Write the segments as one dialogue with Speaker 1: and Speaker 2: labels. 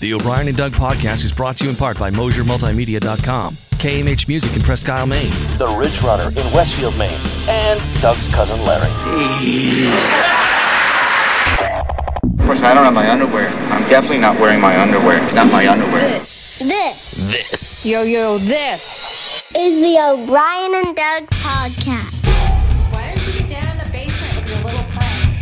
Speaker 1: The O'Brien and Doug podcast is brought to you in part by MosierMultimedia.com, KMH Music in Presque Isle, Maine,
Speaker 2: The Ridge Runner in Westfield, Maine, and Doug's cousin Larry.
Speaker 3: Of course, I don't have my underwear. I'm definitely not wearing my underwear. Not my underwear.
Speaker 4: This.
Speaker 5: This
Speaker 2: This
Speaker 4: Yo, yo, this.
Speaker 5: is the O'Brien and Doug podcast.
Speaker 6: Why don't you get down in the basement with your little friend?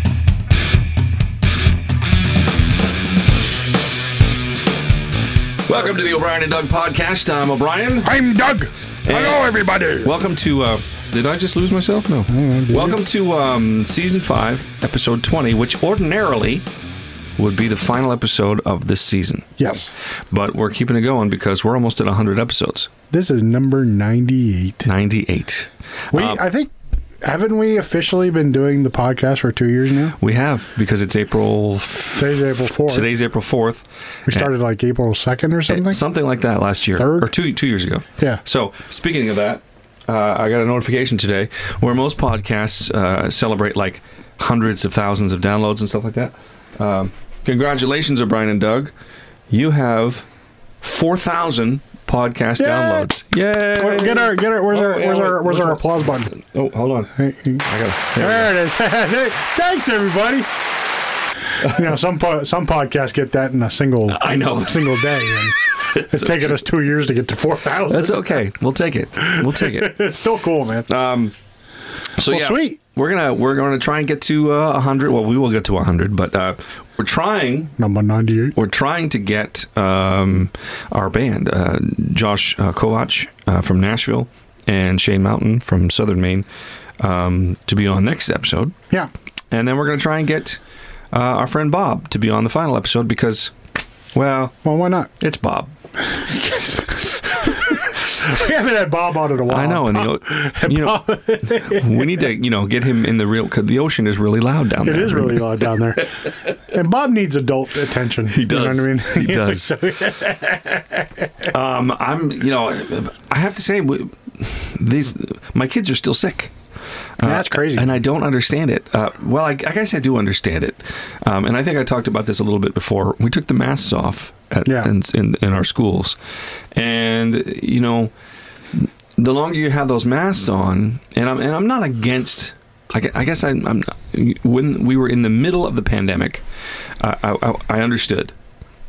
Speaker 1: Welcome to the O'Brien and Doug podcast. I'm O'Brien.
Speaker 7: I'm Doug. Hello, everybody.
Speaker 1: Welcome to. Uh, did I just lose myself? No. Welcome to um, season five, episode twenty, which ordinarily would be the final episode of this season,
Speaker 7: Yes,
Speaker 1: but we're keeping it going because we're almost at hundred episodes.
Speaker 7: this is number ninety-eight.
Speaker 1: Ninety-eight.
Speaker 7: We,
Speaker 1: Um,
Speaker 7: I think, haven't we officially been doing the podcast for two years now?
Speaker 1: We have because it's April. f-
Speaker 7: Today's April fourth.
Speaker 1: Today's April fourth.
Speaker 7: we started like April second or something.
Speaker 1: something like that last year
Speaker 7: Third?
Speaker 1: or two two years ago.
Speaker 7: Yeah.
Speaker 1: So speaking of that, uh, I got a notification today where most podcasts uh, celebrate like hundreds of thousands of downloads and stuff like that. Um, congratulations, O'Brien and Doug, you have four thousand podcast
Speaker 7: Yay!
Speaker 1: downloads. Yay!
Speaker 7: Wait, get our, get our. Where's
Speaker 1: Oh,
Speaker 7: our,
Speaker 1: yeah,
Speaker 7: where's our,
Speaker 1: wait,
Speaker 7: where's
Speaker 1: which
Speaker 7: our
Speaker 1: one?
Speaker 7: applause button?
Speaker 1: Oh, hold on.
Speaker 7: Hey, hey.
Speaker 1: I got it. There we go.
Speaker 7: There it is. Thanks, everybody. You know, some po- some podcasts get that in a single.
Speaker 1: I know.
Speaker 7: single day. And it's
Speaker 1: so
Speaker 7: taken us two years to get to four
Speaker 1: That's Uh,
Speaker 7: thousand.
Speaker 1: okay. We'll take it. We'll take it.
Speaker 7: It's still cool, man.
Speaker 1: Um, So
Speaker 7: Well,
Speaker 1: yeah,
Speaker 7: sweet.
Speaker 1: We're gonna we're gonna try and get to uh, hundred. Well, we will get to hundred, but uh, we're trying
Speaker 7: Number ninety-eight.
Speaker 1: we're trying to get um, our band, uh, Josh uh, Kovach uh, from Nashville and Shane Mountain from Southern Maine, um, to be on next episode.
Speaker 7: Yeah.
Speaker 1: And then we're going to try and get uh, our friend Bob to be on the final episode because, well,
Speaker 7: Well, why not?
Speaker 1: it's Bob.
Speaker 7: We haven't had Bob on in a while.
Speaker 1: I know, and the, o- you know, we need to, you know, get him in the real. Cause the ocean is really loud down there.
Speaker 7: It is really loud down there. And Bob needs adult attention. He
Speaker 1: does.
Speaker 7: You know what I mean?
Speaker 1: He does.
Speaker 7: So,
Speaker 1: Um, I'm, you know, I have to say, we- these my kids are still sick. Uh,
Speaker 7: that's crazy.
Speaker 1: And I don't understand it. Uh, well, I, I guess I do understand it. Um, and I think I talked about this a little bit before. We took the masks off at,
Speaker 7: Yeah.
Speaker 1: in, in, in our schools. And, you know, the longer you have those masks on, and I'm, and I'm not against. I gue- I guess I, I'm when we were in the middle of the pandemic, I, I, I understood,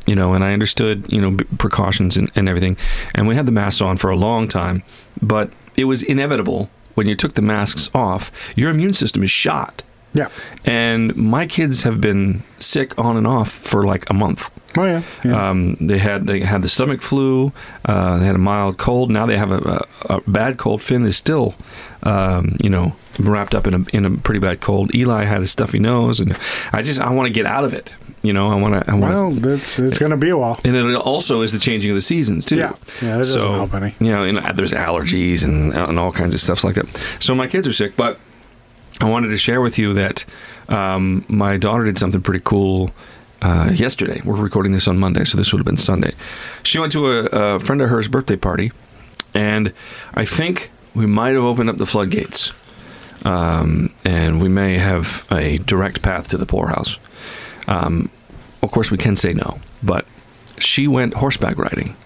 Speaker 1: you know, and I understood, you know, b- precautions and, and everything, and we had the masks on for a long time, but it was inevitable when you took the masks off, your immune system is shot,
Speaker 7: yeah.
Speaker 1: and my kids have been sick on and off for like a month.
Speaker 7: Oh, yeah. yeah.
Speaker 1: Um, they had they had the stomach flu. Uh, they had a mild cold. Now they have a, a, a bad cold. Finn is still, um, you know, wrapped up in a in a pretty bad cold. Eli had a stuffy nose, and I just I want to get out of it. You know, I want to. I want.
Speaker 7: well, that's, it's going to be a while.
Speaker 1: and it also is the changing of the seasons too.
Speaker 7: Yeah. Yeah, that doesn't help any.
Speaker 1: You know, and there's allergies and and all kinds of stuff like that. So my kids are sick, but I wanted to share with you that um, my daughter did something pretty cool uh, yesterday. We're recording this on Monday, so this would have been Sunday. She went to a, a friend of hers' birthday party, and I think we might have opened up the floodgates, um, and we may have a direct path to the poorhouse. Um, of course, we can say no, but she went horseback riding.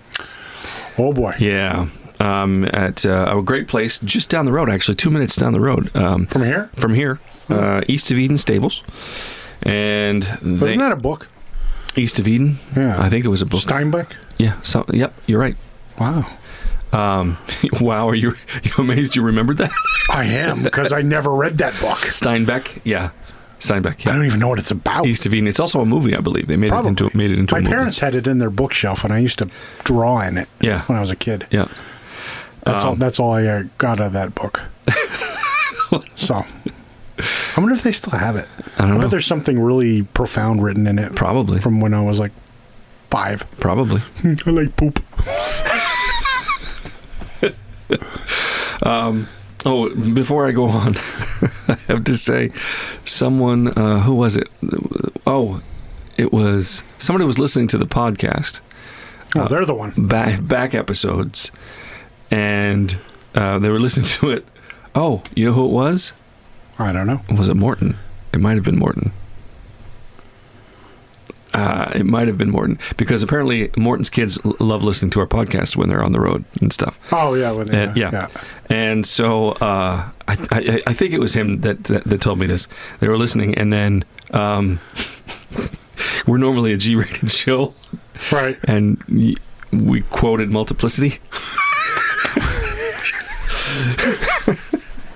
Speaker 7: Oh, boy.
Speaker 1: Yeah. Um, at uh, a great place just down the road, actually, two minutes down the road. Um,
Speaker 7: From here?
Speaker 1: From here,
Speaker 7: Hmm.
Speaker 1: uh, east of Eden Stables. And they,
Speaker 7: Wasn't that a book?
Speaker 1: east of Eden?
Speaker 7: Yeah.
Speaker 1: I think it was a book.
Speaker 7: Steinbeck?
Speaker 1: yeah. So, yep, you're right.
Speaker 7: Wow.
Speaker 1: Um, wow, are you, you amazed you remembered that?
Speaker 7: I am because I never read that book.
Speaker 1: Steinbeck? Yeah. Steinbeck,
Speaker 7: I
Speaker 1: yeah.
Speaker 7: don't even know what it's about.
Speaker 1: East of Eden. It's also a movie, I believe. They made
Speaker 7: Probably.
Speaker 1: it into made it into
Speaker 7: My
Speaker 1: a movie.
Speaker 7: parents had it in their bookshelf, and I used to draw in it
Speaker 1: Yeah.
Speaker 7: when I was a kid.
Speaker 1: Yeah.
Speaker 7: That's
Speaker 1: Um,
Speaker 7: all. That's all I uh, got out of that book. so, I wonder if they still have it.
Speaker 1: I don't
Speaker 7: bet
Speaker 1: know.
Speaker 7: there's something really profound written in it.
Speaker 1: Probably.
Speaker 7: from when I was like five.
Speaker 1: Probably.
Speaker 7: I like poop.
Speaker 1: Oh, before I go on, I have to say, someone uh, who was it? Oh, it was somebody was listening to the podcast
Speaker 7: Oh,
Speaker 1: Uh,
Speaker 7: they're the one.
Speaker 1: back back episodes, and uh, they were listening to it. Oh, you know who it was?
Speaker 7: I don't know.
Speaker 1: Was it Morton? It might have been Morton. Uh, it might have been Morton because apparently Morton's kids l- love listening to our podcast when they're on the road and stuff.
Speaker 7: Oh yeah, when they,
Speaker 1: And- Uh, yeah. And so uh, I, I, I think it was him that, that that told me this. They were listening, and then um, we're normally a G-rated show,
Speaker 7: Right.
Speaker 1: and y- we quoted multiplicity.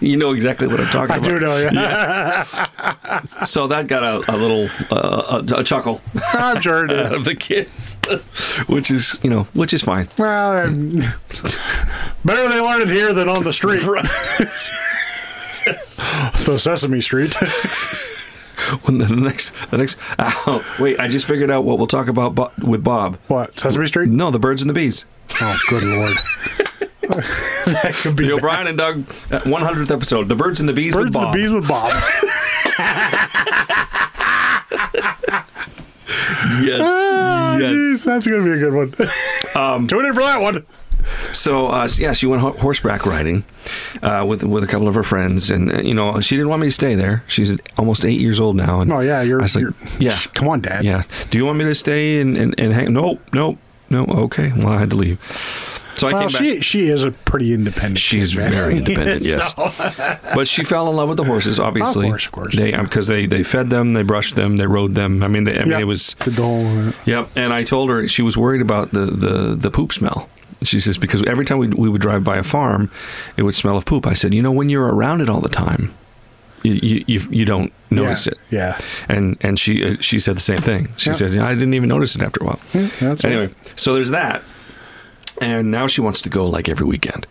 Speaker 1: you know exactly what I'm talking
Speaker 7: I
Speaker 1: about.
Speaker 7: do know. Yeah,
Speaker 1: So that got a, a little uh, a, a chuckle
Speaker 7: I'm sure. it
Speaker 1: out
Speaker 7: is.
Speaker 1: of the kids, which is you know which is fine.
Speaker 7: Well, I'm- better they learn it here than on the street. So Sesame Street.
Speaker 1: When the next the next oh, wait, I just figured out what we'll talk about bo- with Bob.
Speaker 7: what Sesame Street?
Speaker 1: No, the birds and the bees.
Speaker 7: Oh, good lord. that could be
Speaker 1: The
Speaker 7: bad.
Speaker 1: O'Brien and Doug, uh, one hundredth episode, the birds and the bees with
Speaker 7: Birds
Speaker 1: Bob.
Speaker 7: and the Bees with Bob.
Speaker 1: Yes,
Speaker 7: Oh,
Speaker 1: yes. Um,
Speaker 7: jeez, that's gonna be a good one. Tune in for that one.
Speaker 1: So uh, yeah, she went ho- horseback riding uh, with with a couple of her friends, and uh, you know she didn't want me to stay there. She's almost eight years old now. And
Speaker 7: Oh yeah, you're.
Speaker 1: I was like,
Speaker 7: you're-
Speaker 1: yeah,
Speaker 7: Shh, Come on, Dad.
Speaker 1: Yeah. Do you want me to stay and, and, and hang? Nope. Nope. No. Okay. Well, I had to leave. So I
Speaker 7: Well,
Speaker 1: came
Speaker 7: she
Speaker 1: back.
Speaker 7: she is a pretty independent.
Speaker 1: She is
Speaker 7: kid, man.
Speaker 1: very independent, yes.
Speaker 7: So-
Speaker 1: But she fell in love with the horses, obviously.
Speaker 7: Of course, of course.
Speaker 1: They because they they fed them, they brushed them, they rode them. I mean, they, I mean,
Speaker 7: Yep.
Speaker 1: it was.
Speaker 7: Did the whole. uh,
Speaker 1: Yep. And I told her she was worried about the the the poop smell. She says because every time we we would drive by a farm, it would smell of poop. I said, you know, when you're around it all the time, you you you, you don't notice
Speaker 7: yeah,
Speaker 1: it.
Speaker 7: Yeah.
Speaker 1: and and she uh, she said the same thing. She
Speaker 7: Yeah.
Speaker 1: said, "Yeah, "I didn't even notice it after a while."
Speaker 7: Yeah, that's
Speaker 1: anyway,
Speaker 7: right.
Speaker 1: so there's that, and now she wants to go like every weekend.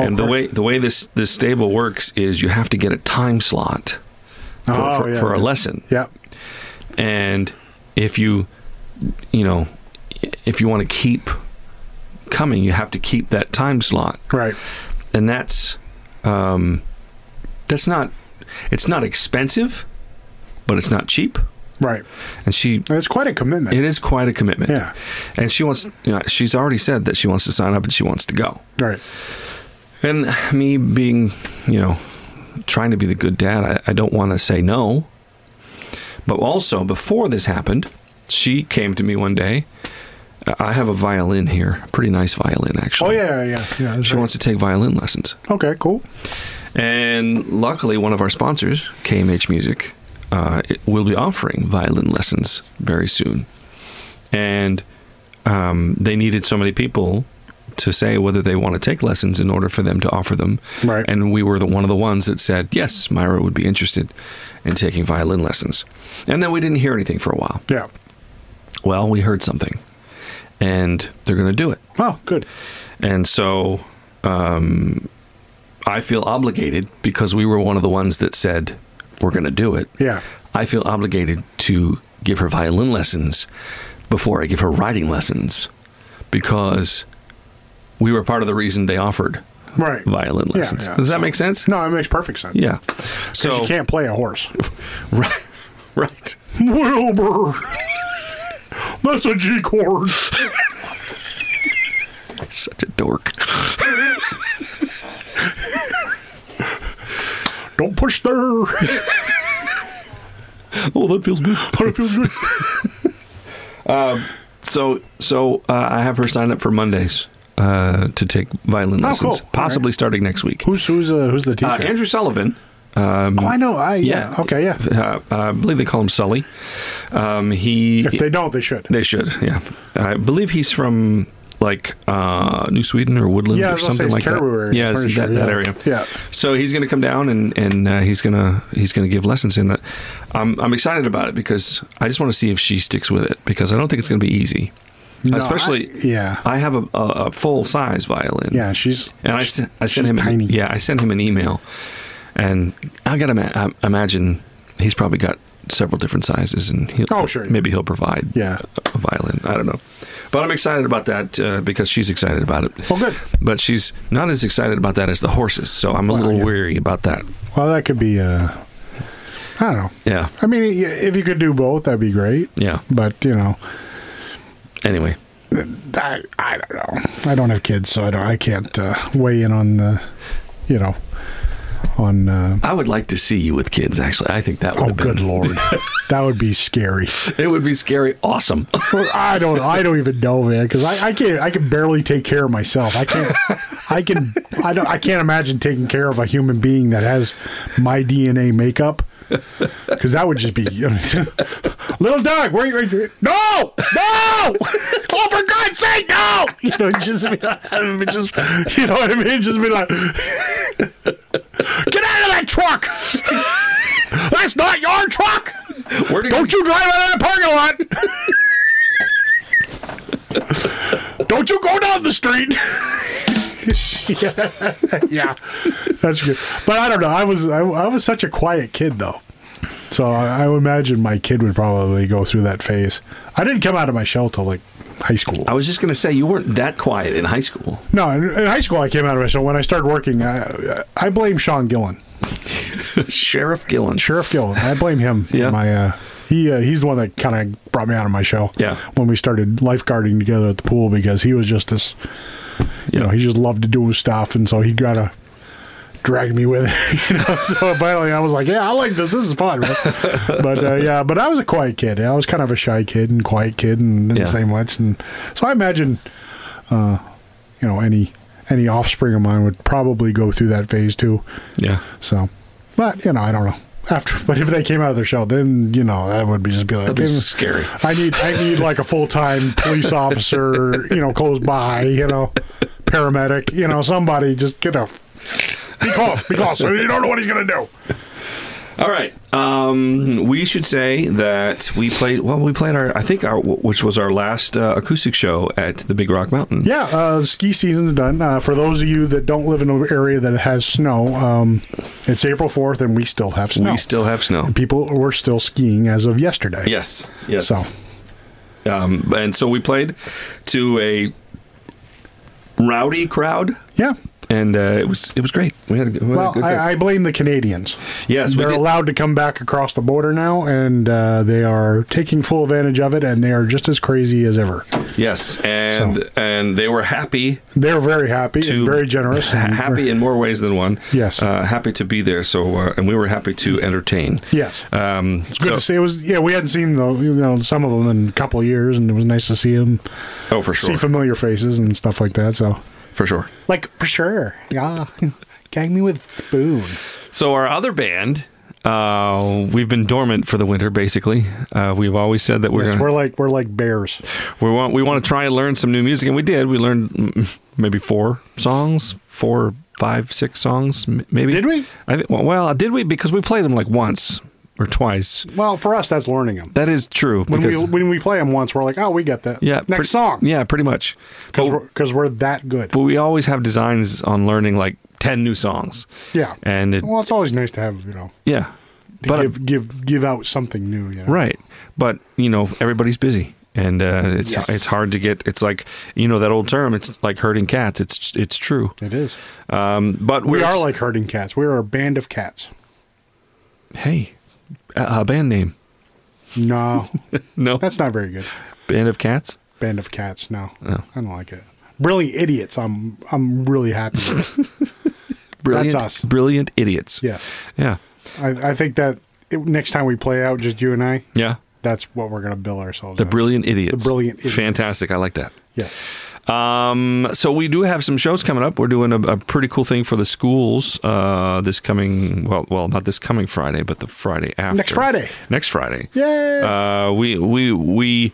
Speaker 7: Oh,
Speaker 1: and the
Speaker 7: crap.
Speaker 1: way the way this this stable works is you have to get a time slot for
Speaker 7: Oh,
Speaker 1: for,
Speaker 7: yeah,
Speaker 1: for a
Speaker 7: yeah.
Speaker 1: lesson,
Speaker 7: Yeah.
Speaker 1: and if you you know if you want to keep coming, you have to keep that time slot
Speaker 7: Right.
Speaker 1: and that's um, that's not it's not expensive, but it's not cheap,
Speaker 7: Right.
Speaker 1: and she
Speaker 7: And It's quite a commitment.
Speaker 1: it is quite a commitment.
Speaker 7: Yeah.
Speaker 1: and she wants you know, she's already said that she wants to sign up and she wants to go,
Speaker 7: right.
Speaker 1: and me being you know trying to be the good dad, I, I don't want to say no, but also before this happened, she came to me one day. I- I have a violin here, a pretty nice violin
Speaker 7: Oh
Speaker 1: actually.
Speaker 7: yeah, yeah, yeah. yeah that's
Speaker 1: She
Speaker 7: right.
Speaker 1: wants to take violin lessons.
Speaker 7: Okay. Cool.
Speaker 1: And luckily, one of our sponsors, KMH Music, uh, it will be offering violin lessons very soon. And um, they needed so many people to say whether they want to take lessons in order for them to offer them.
Speaker 7: Right.
Speaker 1: And we were the, one of the ones that said, yes, Myra would be interested in taking violin lessons. And then we didn't hear anything for a while.
Speaker 7: Yeah.
Speaker 1: Well, we heard something, and they're going to do it.
Speaker 7: Oh, good.
Speaker 1: And so um, I feel obligated because we were one of the ones that said, we're going to do it.
Speaker 7: Yeah.
Speaker 1: I feel obligated to give her violin lessons before I give her riding lessons because we were part of the reason they offered
Speaker 7: Right.
Speaker 1: violin
Speaker 7: Yeah,
Speaker 1: lessons.
Speaker 7: yeah.
Speaker 1: Does that make sense?
Speaker 7: No, it makes perfect sense.
Speaker 1: Yeah. So,
Speaker 7: You can't play a horse.
Speaker 1: right. Right.
Speaker 7: Wilbur. That's a G chord.
Speaker 1: Such a dork.
Speaker 7: Don't push there. I
Speaker 1: Oh, that feels good. Um,
Speaker 7: don't feel good.
Speaker 1: So, so uh, I have her sign up for Mondays uh, to take violin
Speaker 7: Oh,
Speaker 1: lessons,
Speaker 7: cool.
Speaker 1: possibly
Speaker 7: All right.
Speaker 1: starting next week.
Speaker 7: Who's who's uh, who's the teacher?
Speaker 1: Uh, Andrew Sullivan,
Speaker 7: oh, I know. I yeah.
Speaker 1: yeah.
Speaker 7: Okay. Yeah.
Speaker 1: uh, I believe they call him Sully. Um, he,
Speaker 7: If they don't, they should.
Speaker 1: they should, yeah. I believe he's from like uh, New Sweden or Woodland
Speaker 7: Yeah, I
Speaker 1: or
Speaker 7: was gonna say
Speaker 1: something
Speaker 7: it's
Speaker 1: like that.
Speaker 7: Caribou area,
Speaker 1: yeah, it's
Speaker 7: pretty
Speaker 1: that,
Speaker 7: sure,
Speaker 1: that
Speaker 7: yeah.
Speaker 1: area.
Speaker 7: Yeah.
Speaker 1: So he's going to come down and and uh, he's gonna he's gonna give lessons in it. I'm I'm excited about it because I just want to see if she sticks with it because I don't think it's going to be easy.
Speaker 7: No,
Speaker 1: Especially,
Speaker 7: I- yeah.
Speaker 1: I have a, a, a full size violin.
Speaker 7: yeah. She's
Speaker 1: And I, sen- I sent
Speaker 7: she's
Speaker 1: him e-,
Speaker 7: tiny.
Speaker 1: yeah I sent him an email, and I gotta ma- I imagine he's probably got several different sizes, and he'll,
Speaker 7: Oh, sure.
Speaker 1: maybe he'll provide
Speaker 7: Yeah.
Speaker 1: a, a violin. I don't know, but I'm excited about that uh, because she's excited about it.
Speaker 7: Well, good.
Speaker 1: but she's not as excited about that as the horses, so I'm a
Speaker 7: Well,
Speaker 1: little
Speaker 7: yeah.
Speaker 1: weary about that.
Speaker 7: Well, that could be. Uh, I don't know.
Speaker 1: Yeah,
Speaker 7: I mean, i- if you could do both, that'd be great.
Speaker 1: yeah.
Speaker 7: But you know,
Speaker 1: Anyway,
Speaker 7: I I don't know. I don't have kids, so I don't. I can't uh, weigh in on the, you know, on. Uh,
Speaker 1: I would like to see you with kids. Actually, I think that would.
Speaker 7: oh,
Speaker 1: have been,
Speaker 7: good lord, that would be scary.
Speaker 1: It would be scary. Awesome.
Speaker 7: Well, I don't. I don't even know, man. Because I, I can't. I can barely take care of myself. I can't. I can. I don't. I can't imagine taking care of a human being that has my DNA makeup. Because that would just be little dog. Where you? Where you no, no. oh, for God's sake, no. You know, just be like, it just. You know what I mean? Just be like, get out of that truck. That's not your truck.
Speaker 1: Where do
Speaker 7: Don't you drive out of the parking lot! Don't you go down the street! yeah. that's good. But I don't know. I was I, I was such a quiet kid though, so I, I would imagine my kid would probably go through that phase. I didn't come out of my shell till like high school.
Speaker 1: I was just gonna say you weren't that quiet in high school.
Speaker 7: no, in, in high school I came out of my shell. When I started working, I, I blame Sean Gillen,
Speaker 1: Sheriff Gillen.
Speaker 7: Sheriff Gillen. I blame him. for
Speaker 1: Yeah.
Speaker 7: My uh, he uh, he's the one that kind of brought me out of my shell.
Speaker 1: Yeah.
Speaker 7: When we started lifeguarding together at the pool because he was just this you know, he just loved to do his stuff, and so he kind of dragged me with it. You know, so finally I was like, yeah, I like this. This is fun. man." but uh, yeah, but I was a quiet kid. I was kind of a shy kid and quiet kid, and didn't
Speaker 1: Yeah.
Speaker 7: say much. And so I imagine, uh, you know, any any offspring of mine would probably go through that phase too.
Speaker 1: Yeah.
Speaker 7: So, but you know, I don't know. After, but if they came out of their shell, then you know that would be just be like
Speaker 1: That'd be
Speaker 7: "Give me-
Speaker 1: scary.
Speaker 7: I need I need like a full time police officer, you know, close by, you know, paramedic, you know, somebody just get a be close, be close. You don't know what he's gonna do.
Speaker 1: All right. Um, we should say that we played. Well, we played our. I think our, which was our last uh, acoustic show at the Big Rock Mountain.
Speaker 7: Yeah, uh, ski season's done. Uh, for those of you that don't live in an area that has snow, um, it's April fourth, and we still have
Speaker 1: We
Speaker 7: snow.
Speaker 1: still have snow.
Speaker 7: People were still skiing as of yesterday.
Speaker 1: Yes. Yes.
Speaker 7: So
Speaker 1: Um, and so we played to a rowdy crowd,
Speaker 7: yeah.
Speaker 1: and uh, it was it was great. We had a, we had a
Speaker 7: Well,
Speaker 1: good time.
Speaker 7: I, I blame the Canadians.
Speaker 1: yes, we
Speaker 7: they're
Speaker 1: did-
Speaker 7: allowed to come back across the border now, and uh, they are taking full advantage of it, and they are just as crazy as ever.
Speaker 1: Yes, and
Speaker 7: So.
Speaker 1: and they were happy
Speaker 7: They're very happy
Speaker 1: to
Speaker 7: and very generous.
Speaker 1: ha-
Speaker 7: and
Speaker 1: happy in more ways than one.
Speaker 7: Yes.
Speaker 1: uh, happy to be there. So uh, and we were happy to entertain.
Speaker 7: Yes.
Speaker 1: Um,
Speaker 7: It's good to see. It was yeah. We hadn't seen the you know some of them in a couple of years, and it was nice to see them,
Speaker 1: Oh, for sure,
Speaker 7: see familiar faces and stuff like that. So
Speaker 1: for sure.
Speaker 7: like for sure, yeah. Gag me with spoon.
Speaker 1: So our other band, uh, we've been dormant for the winter. Basically, uh, we've always said that we're
Speaker 7: Yes,
Speaker 1: gonna,
Speaker 7: we're like we're like bears.
Speaker 1: we want we want to try and learn some new music, and we did. We learned mm, maybe four songs, four, five, six songs, m- maybe.
Speaker 7: Did we?
Speaker 1: I think. Well, well, did we? Because we played them like once or twice.
Speaker 7: Well, for us, that's learning them.
Speaker 1: That is true.
Speaker 7: When
Speaker 1: because,
Speaker 7: we when we play them once, we're like, oh, we get that.
Speaker 1: yeah,
Speaker 7: next
Speaker 1: pretty-
Speaker 7: song.
Speaker 1: Yeah, pretty much.
Speaker 7: because
Speaker 1: But-
Speaker 7: we're, 'cause we're that good.
Speaker 1: but we always have designs on learning like ten new songs.
Speaker 7: Yeah.
Speaker 1: and it,
Speaker 7: Well, it's always nice to have you know
Speaker 1: yeah,
Speaker 7: to give give give out something new. You know?
Speaker 1: Right. But, you know, everybody's busy. And uh, it's
Speaker 7: Yes.
Speaker 1: it's hard to get. It's like you know that old term. It's like herding cats. It's it's true.
Speaker 7: It is.
Speaker 1: Um, but
Speaker 7: We
Speaker 1: we're-
Speaker 7: are like herding cats. We are a band of cats.
Speaker 1: hey, a, a band name?
Speaker 7: No,
Speaker 1: No,
Speaker 7: that's not very good.
Speaker 1: band of cats.
Speaker 7: Band of cats. No,
Speaker 1: Oh.
Speaker 7: I don't like it. Brilliant idiots. I'm I'm really happy. With.
Speaker 1: Brilliant,
Speaker 7: us.
Speaker 1: brilliant idiots.
Speaker 7: yes,
Speaker 1: yeah,
Speaker 7: I, I think that it, next time we play out, just you and I,
Speaker 1: yeah.
Speaker 7: that's what we're gonna bill ourselves.
Speaker 1: The
Speaker 7: as.
Speaker 1: brilliant idiots.
Speaker 7: The Brilliant Idiots.
Speaker 1: Fantastic. I like that.
Speaker 7: Yes.
Speaker 1: Um, so we do have some shows coming up. We're doing a, a pretty cool thing for the schools uh, this coming well, well, not this coming Friday, but the Friday after
Speaker 7: Next Friday.
Speaker 1: Next Friday.
Speaker 7: Yay.
Speaker 1: Uh, we we we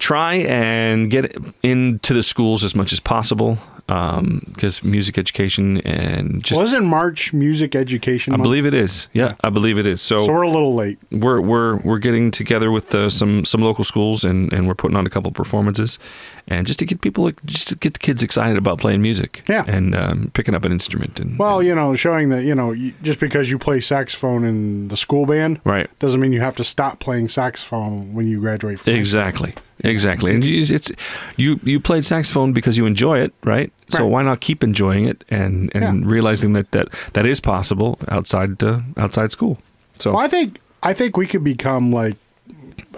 Speaker 1: try and get into the schools as much as possible because music education and just
Speaker 7: Wasn't March Music Education?
Speaker 1: I
Speaker 7: Month?
Speaker 1: believe it is. Yeah, I believe it is. So,
Speaker 7: So we're a little late.
Speaker 1: we're we're we're getting together with uh, some some local schools and and we're putting on a couple performances and just to get people just to get the kids excited about playing music
Speaker 7: Yeah.
Speaker 1: and um, picking up an instrument and
Speaker 7: Well, you know, showing that you know, you- just because you play saxophone in the school band,
Speaker 1: Right.
Speaker 7: doesn't mean you have to stop playing saxophone when you graduate. From
Speaker 1: exactly exactly and you, it's you you played saxophone because you enjoy it right, so
Speaker 7: Right.
Speaker 1: why not keep enjoying it and and
Speaker 7: Yeah.
Speaker 1: realizing that that that is possible outside uh, outside school so
Speaker 7: Well, I think I think we could become like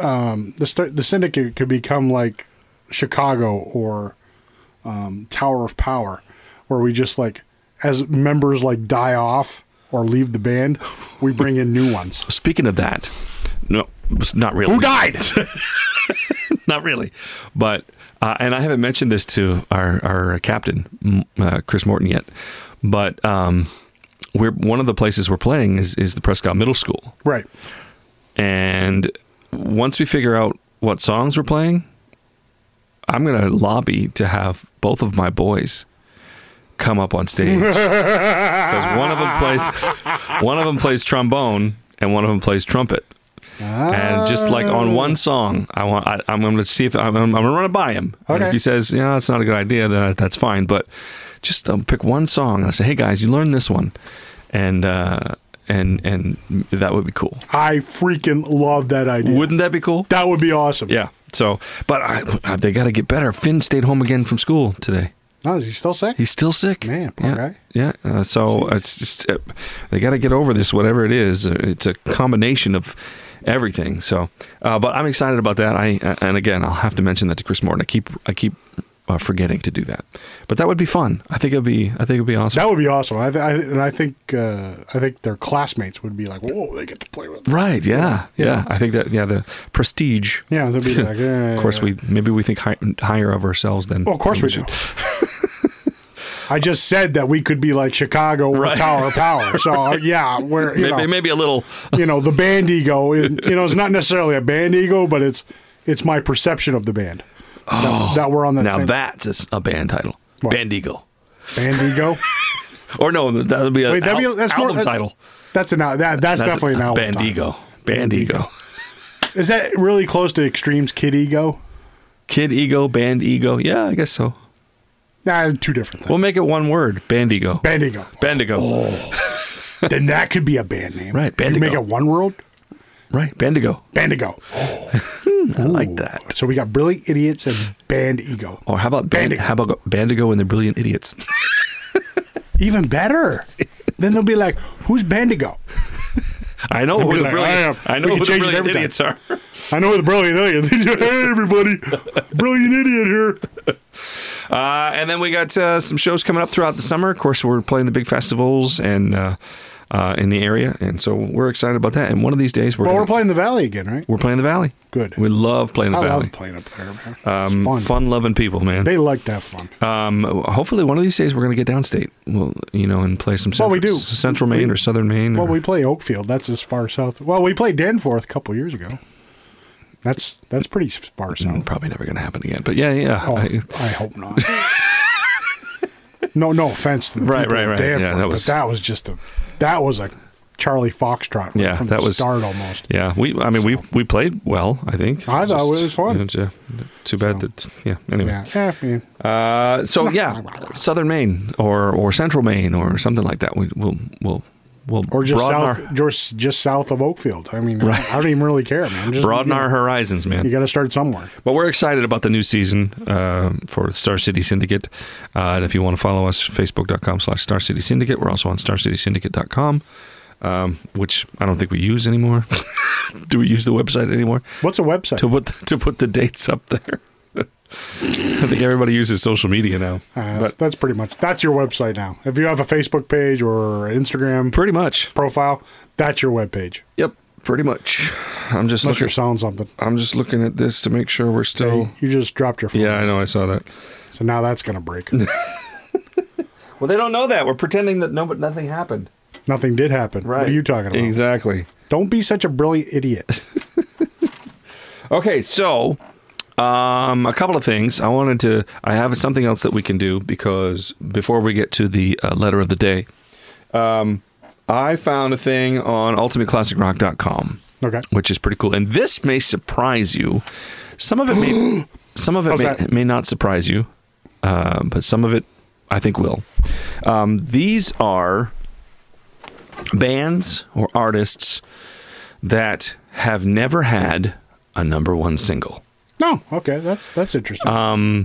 Speaker 7: um, the st- the syndicate could become like Chicago or um, Tower of Power, where we just like as members like die off or leave the band, we bring in new ones.
Speaker 1: Speaking of that, no, not really.
Speaker 7: Who died?
Speaker 1: not really. But uh, and I haven't mentioned this to our our captain m- uh, Chris Morton yet, but um, we're one of the places we're playing is is the Prescott Middle School,
Speaker 7: right.
Speaker 1: and once we figure out what songs we're playing, I'm gonna lobby to have both of my boys come up on stage because one of them plays one of them plays trombone and one of them plays trumpet and just like on one song, I want I, I'm going to see if I'm, I'm going to run it by him. And
Speaker 7: Okay.
Speaker 1: if he says, "Yeah, that's not a good idea," then that- that's fine. But just um, pick one song. And I say, "Hey guys, you learned this one," and uh, and and that would be cool.
Speaker 7: I freaking love that idea.
Speaker 1: Wouldn't that be cool?
Speaker 7: that would be awesome.
Speaker 1: Yeah. So, but I, I, they got to get better. Finn stayed home again from school today.
Speaker 7: No, is he still sick?
Speaker 1: He's still sick.
Speaker 7: Man, poor
Speaker 1: yeah.
Speaker 7: guy.
Speaker 1: Yeah. Uh, so it's just uh, they got to get over this, whatever it is. Uh, It's a combination of everything. So, uh, but I'm excited about that. I uh, and again, I'll have to mention that to Chris Morton. I keep I keep uh, forgetting to do that, but that would be fun. I think it'd be I think it'd be awesome.
Speaker 7: that would be awesome. I, th- I and I think uh, I think their classmates would be like, "Whoa, they get to play with."
Speaker 1: Right, yeah, yeah, I think that, yeah, the prestige.
Speaker 7: Yeah, they'd be like, "Yeah."
Speaker 1: Of course, we maybe we think hi- higher of ourselves than.
Speaker 7: Well, of course
Speaker 1: than
Speaker 7: we do. I just said that we could be like Chicago or
Speaker 1: Right.
Speaker 7: Tower Power. So uh, yeah, we're you
Speaker 1: Maybe
Speaker 7: know,
Speaker 1: maybe a little.
Speaker 7: you know the band ego. is- you know, it's not necessarily a band ego, but it's it's my perception of the band that, that we're on that
Speaker 1: Oh, Now
Speaker 7: same
Speaker 1: that's a s- a band title,
Speaker 7: What?
Speaker 1: Band Eagle,
Speaker 7: band ego.
Speaker 1: or no, that would be a
Speaker 7: Wait, that'd be-
Speaker 1: al-
Speaker 7: that's more-
Speaker 1: album
Speaker 7: that-
Speaker 1: title.
Speaker 7: That's an al- that
Speaker 1: That's
Speaker 7: that's, definitely an album.
Speaker 1: Band
Speaker 7: title.
Speaker 1: Ego. Band Ego.
Speaker 7: Is that really close to Extreme's Kid Ego?
Speaker 1: Kid Ego, Band Ego. Yeah, I guess so.
Speaker 7: Nah, two different things.
Speaker 1: We'll make it one word. Band Ego.
Speaker 7: band ego.
Speaker 1: Bandigo.
Speaker 7: Oh. then that could be a band name.
Speaker 1: Right,
Speaker 7: If you make
Speaker 1: Bandigo.
Speaker 7: it one world,
Speaker 1: Right, Bandigo.
Speaker 7: Bandigo.
Speaker 1: I like that.
Speaker 7: So we got Brilliant Idiots and Band Ego.
Speaker 1: Or how about Band-
Speaker 7: Bandigo.
Speaker 1: how about Bandigo and the Brilliant Idiots?
Speaker 7: Even better. then they'll be like, who's Bandigo?
Speaker 1: I know
Speaker 7: be
Speaker 1: who the
Speaker 7: like, I am.
Speaker 1: brilliant, I know
Speaker 7: We
Speaker 1: who
Speaker 7: can
Speaker 1: the
Speaker 7: change it
Speaker 1: brilliant
Speaker 7: every time.
Speaker 1: idiots are.
Speaker 7: I know the Brilliant Idiot. hey, everybody. Brilliant Idiot here.
Speaker 1: Uh, and then we got uh, some shows coming up throughout the summer. Of course, we're playing the big festivals and uh, uh, in the area, and so we're excited about that. And one of these days, we're
Speaker 7: Well, we're
Speaker 1: gonna-
Speaker 7: playing the Valley again, right?
Speaker 1: we're playing the Valley.
Speaker 7: Good.
Speaker 1: We love playing the
Speaker 7: I
Speaker 1: Valley.
Speaker 7: love playing up there, man.
Speaker 1: Um,
Speaker 7: it's fun.
Speaker 1: fun loving people, man.
Speaker 7: They like to have fun.
Speaker 1: Um, hopefully, one of these days we're going to get downstate. Well, you know, and play some
Speaker 7: Well,
Speaker 1: central,
Speaker 7: we do.
Speaker 1: central Maine or southern Maine.
Speaker 7: Well,
Speaker 1: or-
Speaker 7: we play Oakfield. That's as far south. Well, we played Danforth a couple years ago. That's that's pretty far south.
Speaker 1: probably never going to happen again. But yeah, yeah,
Speaker 7: Oh, I,
Speaker 1: I-
Speaker 7: hope not. no, no offense to the
Speaker 1: Right,
Speaker 7: people
Speaker 1: right,
Speaker 7: of
Speaker 1: right.
Speaker 7: Danforth,
Speaker 1: Yeah, that was-
Speaker 7: but that was just a that was a Charlie Foxtrot. right
Speaker 1: Yeah,
Speaker 7: from
Speaker 1: that
Speaker 7: the
Speaker 1: was-
Speaker 7: start almost.
Speaker 1: yeah. We, I mean, we we played well. I think.
Speaker 7: I thought it was fun.
Speaker 1: you know, yeah, too bad
Speaker 7: So.
Speaker 1: that. Yeah. Anyway.
Speaker 7: Yeah, yeah, I mean,
Speaker 1: Uh, so yeah, southern Maine or or central Maine or something like that. We, we'll we'll we'll
Speaker 7: or just
Speaker 1: broaden
Speaker 7: south,
Speaker 1: our
Speaker 7: just just south of Oakfield. I mean, I-
Speaker 1: Right.
Speaker 7: I, don't even really care, man. Just
Speaker 1: broaden
Speaker 7: you
Speaker 1: our horizons, man.
Speaker 7: You got to start somewhere.
Speaker 1: But we're excited about the new season um for Star City Syndicate. Uh, and if you want to follow us, facebook.com slash Star City Syndicate. We're also on starcitysyndicate.com, um, which I don't think we use anymore. Do we use the website anymore?
Speaker 7: What's a website?
Speaker 1: To put, to put the dates up there. I think everybody uses social media now.
Speaker 7: Uh, that's, that's pretty much that's your website now. If you have a Facebook page or Instagram
Speaker 1: Pretty much.
Speaker 7: profile, that's your webpage.
Speaker 1: Yep, pretty much. I'm just
Speaker 7: Unless
Speaker 1: looking.
Speaker 7: you're selling something,
Speaker 1: I'm just looking at this to make sure we're still.
Speaker 7: you just dropped your phone.
Speaker 1: Yeah, I know. I saw that.
Speaker 7: So now that's gonna break.
Speaker 1: Well, they don't know that. We're pretending that no, but nothing happened.
Speaker 7: Nothing did happen.
Speaker 1: Right.
Speaker 7: What are you talking about?
Speaker 1: Exactly.
Speaker 7: Don't be such a brilliant idiot.
Speaker 1: Okay, so um, a couple of things. I wanted to. I have something else that we can do because before we get to the uh, letter of the day, um, I found a thing on ultimateclassicrock.com,
Speaker 7: Okay.
Speaker 1: which is pretty cool. And this may surprise you. Some of it may. some of it
Speaker 7: How's
Speaker 1: may,
Speaker 7: that?
Speaker 1: may not surprise you, um, but some of it I think will. Um, these are bands or artists that have never had a number one single.
Speaker 7: No. Okay. That's that's interesting.
Speaker 1: Uh,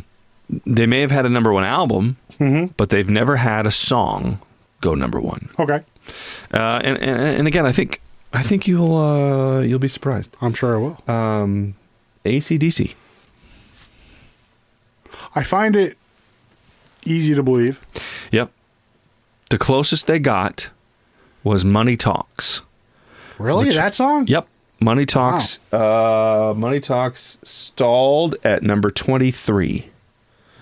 Speaker 1: They may have had a number one album,
Speaker 7: Mm-hmm.
Speaker 1: but they've never had a song go number one.
Speaker 7: okay.
Speaker 1: Uh, and, and and again, I think I think you'll uh, you'll be surprised.
Speaker 7: I'm sure I will.
Speaker 1: Um, ACDC.
Speaker 7: I find it easy to believe.
Speaker 1: Yep. The closest they got was Money Talks.
Speaker 7: Really? that song?
Speaker 1: Yep. Money Talks. Uh, Money Talks stalled at number 23.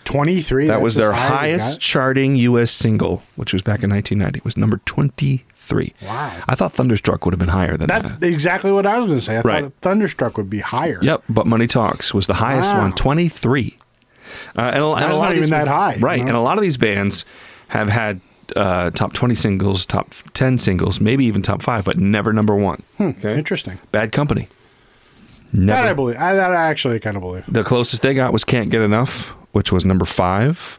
Speaker 7: 23.
Speaker 1: That
Speaker 7: That's
Speaker 1: was
Speaker 7: as
Speaker 1: their
Speaker 7: high as it
Speaker 1: highest
Speaker 7: got?
Speaker 1: charting U.S. single, which was back in 1990. It was number 23.
Speaker 7: Wow.
Speaker 1: I thought Thunderstruck would have been higher than that.
Speaker 7: That's exactly what I was going to say. I
Speaker 1: Right.
Speaker 7: thought Thunderstruck would be higher.
Speaker 1: Yep, but Money Talks was the highest
Speaker 7: Wow.
Speaker 1: one, 23. Uh, and a, and
Speaker 7: That's
Speaker 1: a lot of
Speaker 7: not
Speaker 1: these
Speaker 7: even that
Speaker 1: ba-
Speaker 7: high, you
Speaker 1: Right,
Speaker 7: know?
Speaker 1: and a lot of these bands have had uh, top 20 singles, top 10 singles, maybe even top five, but never number one. Okay.
Speaker 7: Hmm, Interesting.
Speaker 1: Bad Company.
Speaker 7: That I
Speaker 1: Never.
Speaker 7: believe. I, that I actually kind of believe.
Speaker 1: The closest they got was Can't Get Enough, which was number five.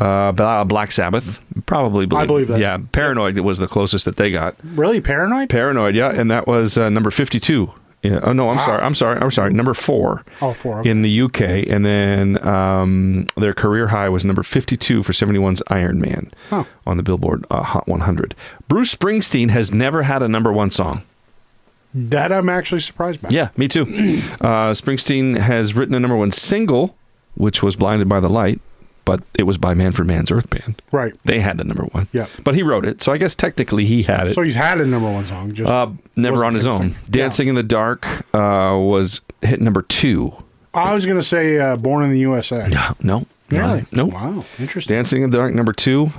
Speaker 1: Uh, Bla- Black Sabbath, probably believe.
Speaker 7: believe that.
Speaker 1: Yeah, Paranoid was the closest that they got.
Speaker 7: Really? Paranoid?
Speaker 1: Paranoid, yeah, and that was uh, number fifty-two. Yeah. Oh no, I'm sorry, I'm sorry, I'm sorry. Number four.
Speaker 7: Oh, four, okay.
Speaker 1: in the UK, and then um, their career high was number fifty-two for 71's Iron Man
Speaker 7: Huh.
Speaker 1: on the Billboard uh, Hot 100. Bruce Springsteen has never had a number one song.
Speaker 7: that I'm actually surprised by.
Speaker 1: Yeah, me too. Uh, Springsteen has written a number one single, which was "Blinded by the Light," but it was by Manfred Mann's Earth Band.
Speaker 7: Right.
Speaker 1: They had the number one.
Speaker 7: Yeah.
Speaker 1: but he wrote it, so I guess technically he had it.
Speaker 7: So he's had a number one song. Just
Speaker 1: Uh, never
Speaker 7: wasn't
Speaker 1: on his
Speaker 7: hit
Speaker 1: own.
Speaker 7: sing-
Speaker 1: Dancing in the Dark uh, was hit number two.
Speaker 7: I was going to say uh, Born in the USA.
Speaker 1: No.
Speaker 7: Really?
Speaker 1: No.
Speaker 7: Wow. Interesting.
Speaker 1: Dancing in the Dark, number two.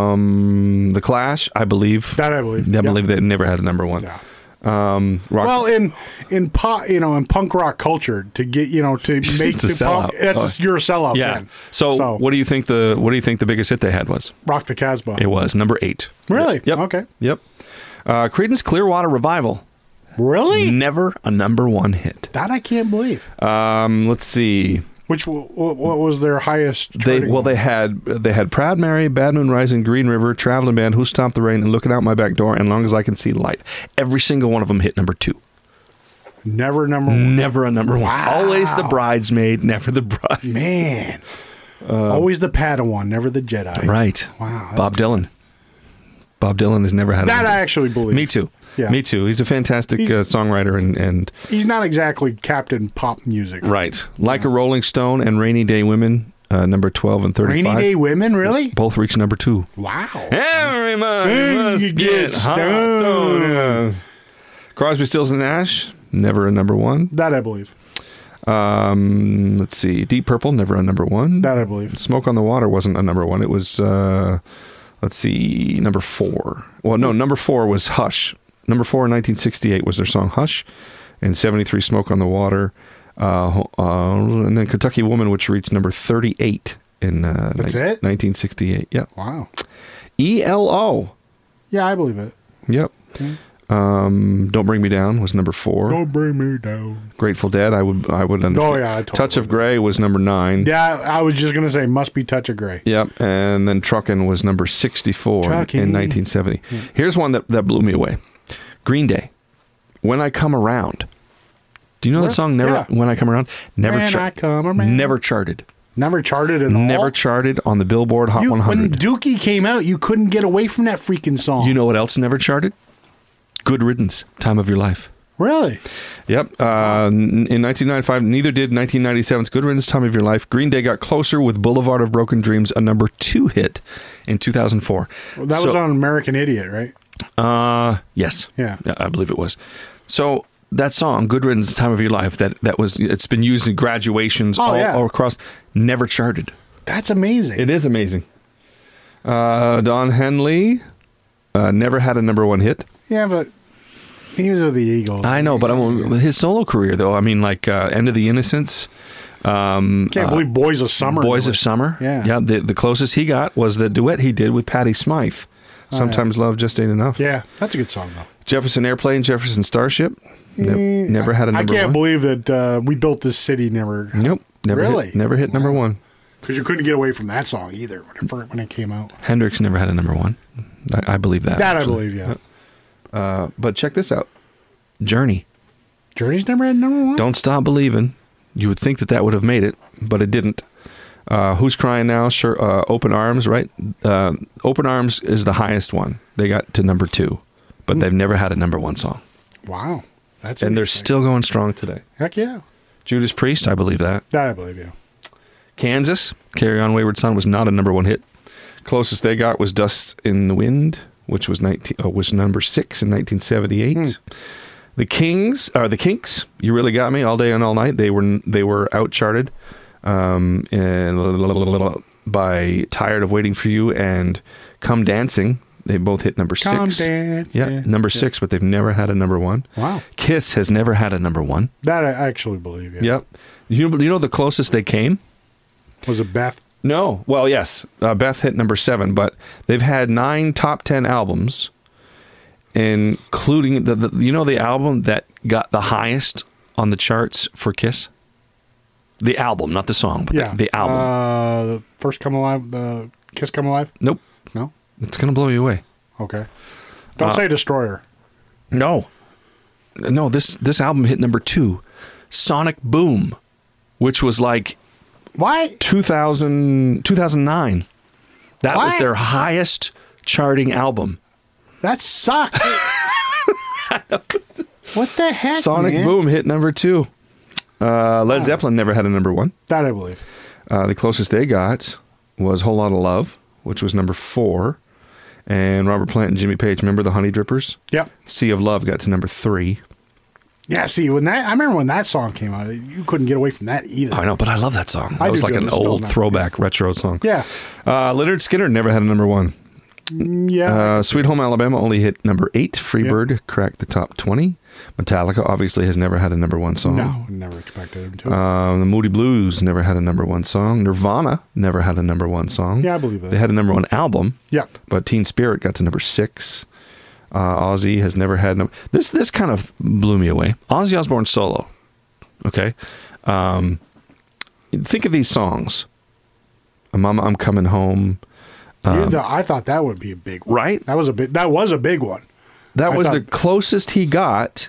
Speaker 1: Um, the Clash, I believe.
Speaker 7: That I believe.
Speaker 1: I
Speaker 7: Yeah.
Speaker 1: believe they never had a number one.
Speaker 7: Yeah.
Speaker 1: Um, rock,
Speaker 7: Well, in in pop, you know, in punk rock culture, to get you know to make
Speaker 1: It's a
Speaker 7: the punk,
Speaker 1: sellout.
Speaker 7: that's
Speaker 1: Oh.
Speaker 7: your sellout.
Speaker 1: yeah.
Speaker 7: then.
Speaker 1: So, what do you think the what do you think the biggest hit they had was?
Speaker 7: Rock the Casbah.
Speaker 1: It was number eight.
Speaker 7: Really?
Speaker 1: Yep.
Speaker 7: Okay.
Speaker 1: Yep. Uh, Creedence Clearwater Revival,
Speaker 7: Really?
Speaker 1: never a number one hit.
Speaker 7: That I can't believe.
Speaker 1: Um, let's see.
Speaker 7: Which w- w- what was their highest?
Speaker 1: They
Speaker 7: charting
Speaker 1: well
Speaker 7: one?
Speaker 1: they had they had Proud Mary, Bad Moon Rising, Green River, Traveling Band, Who Stopped the Rain, and Looking Out My Back Door, and Long as I Can See Light. Every single one of them hit number two.
Speaker 7: never number one.
Speaker 1: Never a number one. Always the bridesmaid, never the bride.
Speaker 7: Man, always the Padawan, never the Jedi.
Speaker 1: Uh, Right.
Speaker 7: Wow, that's-
Speaker 1: Bob Dylan. Bob Dylan has never had a
Speaker 7: That
Speaker 1: number-
Speaker 7: I actually believe.
Speaker 1: Me too.
Speaker 7: Yeah.
Speaker 1: Me too. He's a fantastic
Speaker 7: He's-
Speaker 1: uh, songwriter and and
Speaker 7: He's not exactly Captain Pop music.
Speaker 1: right like a Rolling Stone and Rainy Day Women, uh, number twelve and thirty
Speaker 7: Rainy
Speaker 1: five.
Speaker 7: Day Women, really?
Speaker 1: Both reached number two.
Speaker 7: Wow.
Speaker 1: Eh? Every man
Speaker 7: Hey,
Speaker 1: must
Speaker 7: you
Speaker 1: get
Speaker 7: get
Speaker 1: hot
Speaker 7: stoned.
Speaker 1: stone. Yeah. Crosby, Stills, and Nash, never a number one.
Speaker 7: That I believe.
Speaker 1: Um, let's see, Deep Purple, never a number one.
Speaker 7: That I believe.
Speaker 1: Smoke on the Water wasn't a number one. It was, uh, let's see, number four. Well, no, number four was Hush. Number four in 1968 was their song Hush, and 73 Smoke on the Water. Uh, ho- uh, and then Kentucky Woman, which reached number 38 in uh,
Speaker 7: That's
Speaker 1: nin-
Speaker 7: it?
Speaker 1: 1968. Yeah. E
Speaker 7: Wow.
Speaker 1: ELO.
Speaker 7: Yeah, I believe it.
Speaker 1: Yep. Um, Don't Bring Me Down was number 4
Speaker 7: Don't bring me down.
Speaker 1: Grateful Dead, I would I would understand.
Speaker 7: yeah, I totally
Speaker 1: Touch of Grey was number nine.
Speaker 7: Yeah, I I was just gonna say must be touch of gray.
Speaker 1: Yep, and then Truckin' was number 64 in- in,
Speaker 7: Truckin'.
Speaker 1: 1970. Here's one that, that blew me away. Green Day, When I Come Around. Do you know that song? Never.
Speaker 7: Yeah.
Speaker 1: When I Come Around, never
Speaker 7: When
Speaker 1: char-
Speaker 7: I Come Around.
Speaker 1: never charted,
Speaker 7: Never charted at all.
Speaker 1: never charted on the Billboard Hot
Speaker 7: You, when
Speaker 1: 100.
Speaker 7: Dookie came out, you couldn't get away from that freaking song.
Speaker 1: you know what else never charted? Good Riddance, Time of Your Life.
Speaker 7: really?
Speaker 1: Yep. Uh, n- in 1995, neither did 1997's Good Riddance, Time of Your Life. Green Day got closer with Boulevard of Broken Dreams, a number two hit in 2004.
Speaker 7: Well, that
Speaker 1: So-
Speaker 7: was on American Idiot, right?
Speaker 1: Uh, yes.
Speaker 7: Yeah.
Speaker 1: I believe it was. So that song, "Good Riddance, Time of Your Life," that that was it's been used in graduations
Speaker 7: Oh,
Speaker 1: all,
Speaker 7: yeah.
Speaker 1: all across. Never charted.
Speaker 7: That's amazing.
Speaker 1: It is amazing. Uh, Don Henley uh, never had a number one hit.
Speaker 7: Yeah, but he was with the Eagles.
Speaker 1: I know, but I'm, his solo career though. I mean, like uh, "End of the Innocence,"
Speaker 7: Can't believe Boys of Summer.
Speaker 1: Uh, "Boys of Summer."
Speaker 7: Yeah.
Speaker 1: yeah. The, the closest he got was the duet he did with Patti Smythe. Sometimes love just ain't enough.
Speaker 7: Oh, Yeah, that's a good song though.
Speaker 1: Jefferson Airplane, Jefferson Starship. Ne- never had a
Speaker 7: Mm, I
Speaker 1: number
Speaker 7: can't
Speaker 1: one.
Speaker 7: believe that uh, we built this city never
Speaker 1: Nope. Never
Speaker 7: Really?
Speaker 1: Hit, never hit number one.
Speaker 7: because you couldn't get away from that song either when it, fir- when it came out.
Speaker 1: Hendrix never had a number one. I, I believe that.
Speaker 7: That I
Speaker 1: actually.
Speaker 7: believe, yeah.
Speaker 1: Uh, but check this out Journey.
Speaker 7: Journey's never had number one.
Speaker 1: Don't Stop Believing. You would think that that would have made it, but it didn't. Uh, Who's Crying Now? Sure, uh, Open Arms, right? Uh, Open Arms is the highest one. They got to number two,
Speaker 7: Hmm.
Speaker 1: but they've never had a number one song.
Speaker 7: Wow, that's
Speaker 1: And they're
Speaker 7: interesting.
Speaker 1: still going strong today.
Speaker 7: heck yeah.
Speaker 1: Judas Priest, I believe that.
Speaker 7: That I believe you.
Speaker 1: Kansas, Carry On Wayward Son was not a number one hit. Closest they got was Dust in the Wind, which was 19, uh, was number six in 1978. The Kings are the Kinks. You really got me all day and all night. They were they were outcharted, um, and by "Tired of Waiting for You" and "Come Dancing." They both hit number
Speaker 7: Come
Speaker 1: six.
Speaker 7: dance,
Speaker 1: yeah,
Speaker 7: yeah,
Speaker 1: number
Speaker 7: yeah.
Speaker 1: six, but they've never had a number one.
Speaker 7: Wow.
Speaker 1: Kiss has never had a number one.
Speaker 7: That I actually believe. Yeah.
Speaker 1: Yep. You you know the closest they came?
Speaker 7: Was it Beth?
Speaker 1: No. Well, yes. Uh, Beth hit number seven, but they've had nine top ten albums, including the, the you know the album that got the highest on the charts for Kiss. The album, not the song, but
Speaker 7: Yeah.
Speaker 1: the, the album.
Speaker 7: Uh, the first come alive. The kiss come alive.
Speaker 1: nope.
Speaker 7: No.
Speaker 1: It's gonna blow you away.
Speaker 7: Okay. Don't
Speaker 1: Uh,
Speaker 7: say destroyer.
Speaker 1: No. No, this this album hit number two, Sonic Boom, which was like
Speaker 7: Why?
Speaker 1: 2000, 2009. That was
Speaker 7: What?
Speaker 1: their highest charting album.
Speaker 7: That sucked. what the heck?
Speaker 1: Sonic
Speaker 7: man?
Speaker 1: Boom hit number two. Uh, Led Zeppelin never had a number one.
Speaker 7: That I believe.
Speaker 1: Uh, the closest they got was Whole Lot of Love, which was number four. And Robert Plant and Jimmy Page, remember the Honey Drippers?
Speaker 7: Yep.
Speaker 1: Sea of Love got to number three.
Speaker 7: Yeah. See, when that I remember when that song came out, you couldn't get away from that either.
Speaker 1: I know, but I love that song. That
Speaker 7: I
Speaker 1: was
Speaker 7: do
Speaker 1: like
Speaker 7: too.
Speaker 1: an
Speaker 7: It's still
Speaker 1: old
Speaker 7: not-
Speaker 1: throwback retro song.
Speaker 7: Yeah.
Speaker 1: Uh, Leonard Skinner never had a number one.
Speaker 7: Mm, Yeah.
Speaker 1: Uh, Sweet Home Alabama only hit number eight. Freebird cracked the top 20. Metallica obviously has never had a number one song.
Speaker 7: no, never expected him to.
Speaker 1: Um, the Moody Blues never had a number one song. Nirvana never had a number one song.
Speaker 7: Yeah, I believe that.
Speaker 1: They had a number one album,
Speaker 7: yeah.
Speaker 1: but Teen Spirit got to number six. Uh, Ozzy has never had num- this. This kind of blew me away. Ozzy Osbourne solo. Okay, um, think of these songs. Mama, I'm coming home.
Speaker 7: You know, I thought that would be a big one.
Speaker 1: Um, Right?
Speaker 7: That was a big. That was a big one.
Speaker 1: That
Speaker 7: I
Speaker 1: was
Speaker 7: thought-
Speaker 1: the closest he got,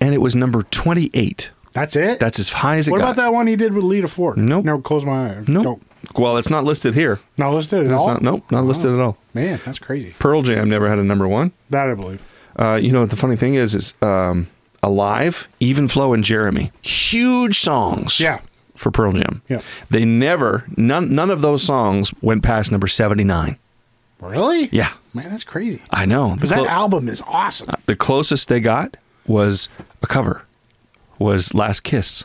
Speaker 1: and it was number twenty-eight.
Speaker 7: That's it.
Speaker 1: That's as high as it
Speaker 7: what
Speaker 1: got.
Speaker 7: about that one he did with Lita Ford?
Speaker 1: Nope.
Speaker 7: Never close my eye.
Speaker 1: No.
Speaker 7: Don't. Oh.
Speaker 1: Well, it's not listed here.
Speaker 7: Not listed at
Speaker 1: It's
Speaker 7: all.
Speaker 1: not, nope, not listed at all.
Speaker 7: Man, that's crazy.
Speaker 1: Pearl Jam never had a number one.
Speaker 7: That I believe.
Speaker 1: Uh, you know what the funny thing is is um, Alive, Even Flow, and Jeremy, huge songs.
Speaker 7: Yeah.
Speaker 1: For Pearl Jam.
Speaker 7: Yeah.
Speaker 1: They never none none of those songs went past number seventy nine.
Speaker 7: Really?
Speaker 1: Yeah.
Speaker 7: Man, that's crazy.
Speaker 1: I know. The,
Speaker 7: Because that
Speaker 1: clo- Uh,
Speaker 7: album is awesome.
Speaker 1: the closest they got was a cover. Was Last Kiss.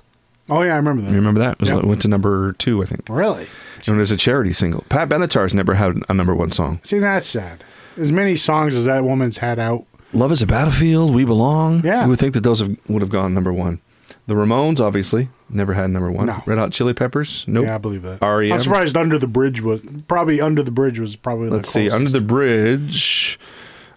Speaker 7: Oh yeah, I remember that.
Speaker 1: You remember that? It was-
Speaker 7: Yeah.
Speaker 1: It went to number two, I think.
Speaker 7: Really?
Speaker 1: And it was a charity single. Pat Benatar's never had a number one song.
Speaker 7: See, that's sad. As many songs as that woman's had out.
Speaker 1: Love is a Battlefield, We Belong.
Speaker 7: Yeah.
Speaker 1: You would think that those have, would have gone number one. The Ramones, obviously, never had number one.
Speaker 7: No.
Speaker 1: Red Hot Chili Peppers, nope. E
Speaker 7: Yeah, I believe that.
Speaker 1: R.E.M.
Speaker 7: I'm surprised Under the Bridge was probably Under the Bridge was probably.
Speaker 1: Let's see,
Speaker 7: the
Speaker 1: Under the Bridge,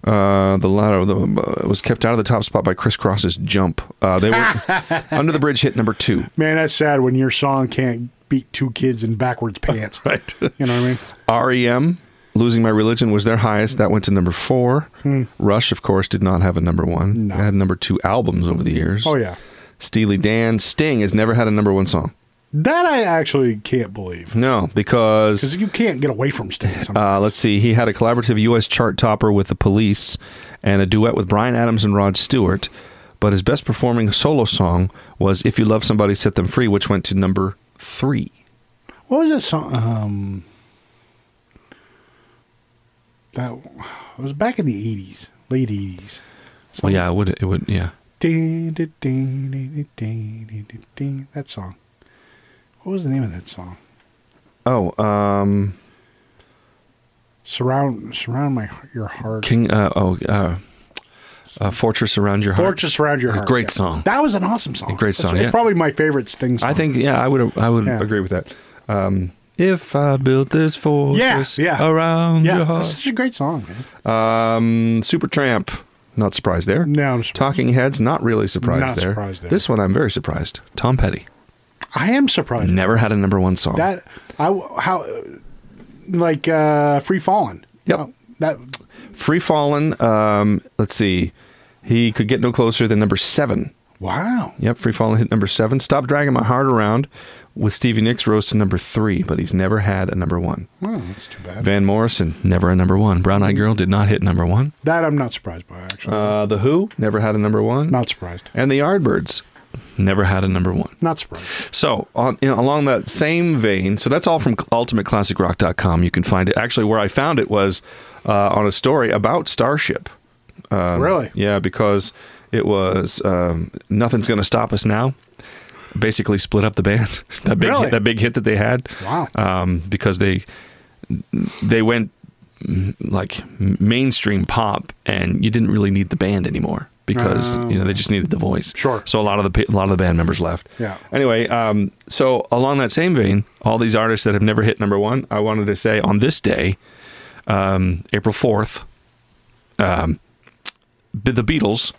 Speaker 1: uh, the latter the, uh, was kept out of the top spot by Criss Cross's Jump. Uh, they were Under the Bridge hit number two.
Speaker 7: Man, that's sad when your song can't beat two kids in backwards pants.
Speaker 1: Right.
Speaker 7: You know what I mean?
Speaker 1: REM, E Losing My Religion was their highest. That went to number four. Rush, of course, did not have a number one.
Speaker 7: No.
Speaker 1: They had number two albums over the years.
Speaker 7: Oh yeah.
Speaker 1: Steely Dan, Sting has never had a number one song.
Speaker 7: That I actually can't believe
Speaker 1: No, because
Speaker 7: because you can't get away from Sting. sometimes.
Speaker 1: Uh, let's see. He had a collaborative U.S. chart topper with the Police and a duet with Brian Adams and Rod Stewart. But his best performing solo song was "If You Love Somebody, Set Them Free," which went to number three.
Speaker 7: What was that song? Um, that it was back in the eighties, late eighties.
Speaker 1: Well, Oh, yeah, it would. It would. Yeah,
Speaker 7: That song. What was the name of that song?
Speaker 1: Oh, um,
Speaker 7: Surround, surround my your heart.
Speaker 1: King. Uh, oh, uh, uh, "Fortress Around Your Heart."
Speaker 7: Fortress around your heart.
Speaker 1: Great song.
Speaker 7: That was an awesome song.
Speaker 1: A great
Speaker 7: It's-
Speaker 1: song,
Speaker 7: It's
Speaker 1: yeah.
Speaker 7: probably my favorite Sting song.
Speaker 1: I think. Yeah, I would. I would
Speaker 7: Yeah.
Speaker 1: agree with that. Um, if I built this fortress
Speaker 7: yeah.
Speaker 1: around
Speaker 7: Yeah,
Speaker 1: your
Speaker 7: that's
Speaker 1: heart.
Speaker 7: such a great song. Man.
Speaker 1: Um, Supertramp. Not surprised there.
Speaker 7: No, I'm surprised.
Speaker 1: Talking Heads, not really surprised,
Speaker 7: Not
Speaker 1: there.
Speaker 7: surprised there.
Speaker 1: This one, I'm very surprised. Tom Petty
Speaker 7: I am surprised.
Speaker 1: never had a number one song.
Speaker 7: That I how like uh Free Fallen.
Speaker 1: Yep.
Speaker 7: Oh, That
Speaker 1: Free Fallen. Um, let's see, he could get no closer than number seven.
Speaker 7: wow.
Speaker 1: Yep, Free Fallen hit number seven. Stop dragging my heart around with Stevie Nicks rose to number three, but he's never had a number one.
Speaker 7: Wow, that's too bad.
Speaker 1: Van Morrison never a number one. Brown Eyed Girl did not hit number one.
Speaker 7: That I'm not surprised by, actually.
Speaker 1: Uh, the Who never had a number one,
Speaker 7: not surprised.
Speaker 1: and the Yardbirds Never had a number one.
Speaker 7: Not surprised.
Speaker 1: So, on, you know, along that same vein, so that's all from ultimateclassicrock.com. You can find it. Actually, where I found it was uh, on a story about Starship. Um,
Speaker 7: Really?
Speaker 1: Yeah, because it was um, Nothing's Gonna Stop Us Now. Basically, split up the band. that big
Speaker 7: Really?
Speaker 1: hit, that big hit that they had.
Speaker 7: Wow.
Speaker 1: Um, because they they went mm, like m- mainstream pop, and you didn't really need the band anymore because you know they just needed the voice.
Speaker 7: Oh. Sure.
Speaker 1: So a lot of the pe- a lot of the band members left.
Speaker 7: Yeah.
Speaker 1: Anyway, um, so along that same vein, all these artists that have never hit number one, I wanted to say on this day, um, April fourth, um, the Beatles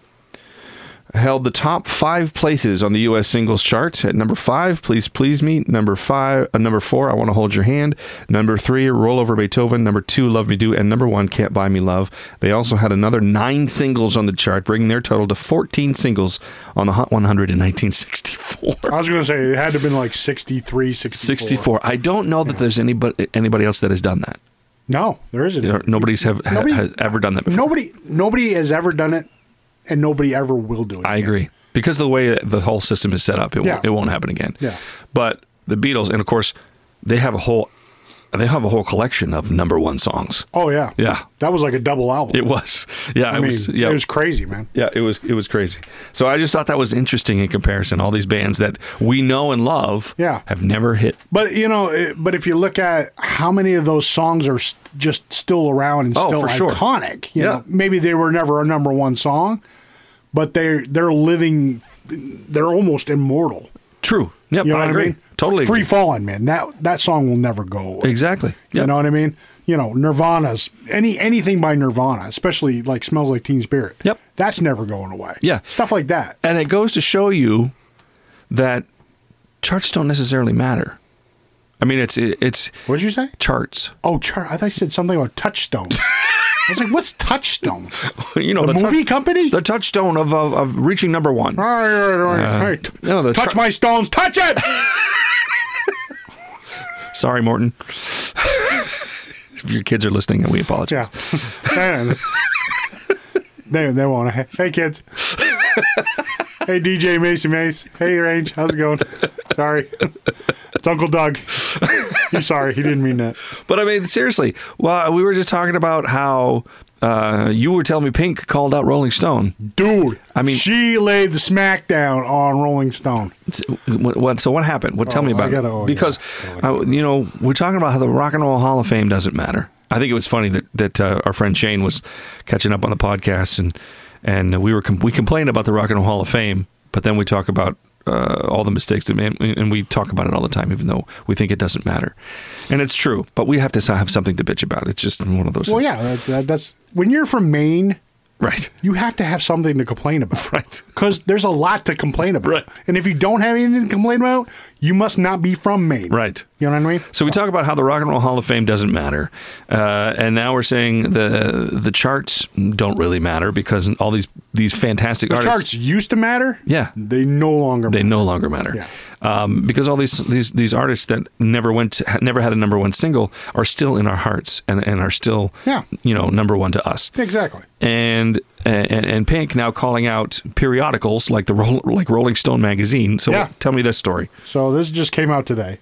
Speaker 1: held the top five places on the U.S. singles chart. At number five, "Please Please Me." Number five, uh, number four, "I Want to Hold Your Hand." Number three, "Roll Over Beethoven." Number two, "Love Me Do," and number one, "Can't Buy Me Love." They also had another nine singles on the chart, bringing their total to 14 singles on the Hot 100 in 1964.
Speaker 7: I was going to say it had to have been like 63, 64.
Speaker 1: 64. I don't know that there's anybody anybody else that has done that.
Speaker 7: No, there isn't.
Speaker 1: There- Nobody's have ha-
Speaker 7: Nobody-
Speaker 1: has ever done that before.
Speaker 7: Nobody, nobody has ever done it, and nobody ever will do it.
Speaker 1: I
Speaker 7: again.
Speaker 1: agree because of the way that the whole system is set up, it
Speaker 7: Yeah.
Speaker 1: won't, it won't happen again.
Speaker 7: Yeah.
Speaker 1: But the Beatles, and of course, they have a whole they have a whole collection of number one songs.
Speaker 7: Oh yeah,
Speaker 1: Yeah.
Speaker 7: That was like a double album.
Speaker 1: It was yeah, it
Speaker 7: I mean,
Speaker 1: was yeah,
Speaker 7: it was crazy, man.
Speaker 1: yeah, it was it was crazy. So I just thought that was interesting in comparison. All these bands that we know and love
Speaker 7: Yeah.
Speaker 1: have never hit.
Speaker 7: But you know, it, but if you look at how many of those songs are s just still around and
Speaker 1: Oh,
Speaker 7: still
Speaker 1: for sure.
Speaker 7: iconic, you
Speaker 1: Yeah.
Speaker 7: know, maybe they were never a number one song, but they they're living, they're almost immortal.
Speaker 1: True. Yep,
Speaker 7: You know
Speaker 1: I
Speaker 7: what
Speaker 1: agree.
Speaker 7: I mean?
Speaker 1: Totally
Speaker 7: Free
Speaker 1: agree.
Speaker 7: falling, man. That that song will never go. Away.
Speaker 1: Exactly.
Speaker 7: You
Speaker 1: Yep.
Speaker 7: know what I mean? You know, Nirvana's any anything by Nirvana, especially like "Smells Like Teen Spirit."
Speaker 1: Yep.
Speaker 7: that's never going away.
Speaker 1: Yeah.
Speaker 7: stuff like that.
Speaker 1: And it goes to show you that charts don't necessarily matter. I mean, it's it's
Speaker 7: What did you say?
Speaker 1: charts.
Speaker 7: Oh, Char- I thought you said something about Touchstone. I was like, "What's Touchstone?
Speaker 1: You know,
Speaker 7: The
Speaker 1: touch-
Speaker 7: movie company?"
Speaker 1: the touchstone of, of of reaching number one.
Speaker 7: All right, all right, all right.
Speaker 1: Uh,
Speaker 7: Hey, t-
Speaker 1: no, the
Speaker 7: touch
Speaker 1: Char-
Speaker 7: my stones, touch it.
Speaker 1: Sorry, Morton. if your kids are listening, we apologize.
Speaker 7: yeah, And- they they want to. Hey, kids. hey, DJ Macy Mace. Hey, Range. How's it going? Sorry, it's Uncle Doug. He's sorry. He didn't mean that.
Speaker 1: But I mean, seriously. Well, we were just talking about how uh, you were telling me Pink called out Rolling Stone.
Speaker 7: dude.
Speaker 1: I mean-
Speaker 7: she laid the smackdown on Rolling Stone.
Speaker 1: So what, what- so what happened? What? tell me
Speaker 7: I
Speaker 1: about
Speaker 7: gotta-
Speaker 1: it.
Speaker 7: oh, yeah.
Speaker 1: because uh, you know we're talking about how the Rock and Roll Hall of Fame doesn't matter. I think it was funny that that uh, our friend Shane was catching up on the podcast and and we were com- we complained about the Rock and Roll Hall of Fame, but then we talk about uh, all the mistakes that man, and we talk about it all the time, even though we think it doesn't matter, and it's true. But we have to s- have something to bitch about. It's just one of those.
Speaker 7: Well,
Speaker 1: things.
Speaker 7: yeah, that, that, that's when you're from Maine,
Speaker 1: right,
Speaker 7: you have to have something to complain about,
Speaker 1: Right.
Speaker 7: Because there's a lot to complain about,
Speaker 1: Right.
Speaker 7: And if you don't have anything to complain about, you must not be from Maine,
Speaker 1: right.
Speaker 7: You know what I mean?
Speaker 1: So we talk about how the Rock and Roll Hall of Fame doesn't matter, uh, and now we're saying the the charts don't really matter because all these these fantastic
Speaker 7: The
Speaker 1: artists
Speaker 7: charts used to matter.
Speaker 1: Yeah.
Speaker 7: they no longer.
Speaker 1: they
Speaker 7: matter.
Speaker 1: no longer matter.
Speaker 7: Yeah.
Speaker 1: Um, because all these, these these artists that never went to, never had a number one single are still in our hearts and, and are still
Speaker 7: Yeah.
Speaker 1: you know number one to us
Speaker 7: Exactly.
Speaker 1: and and and Pink now calling out periodicals like the Roll, like Rolling Stone magazine so
Speaker 7: Yeah.
Speaker 1: tell me this story
Speaker 7: So this just came out today.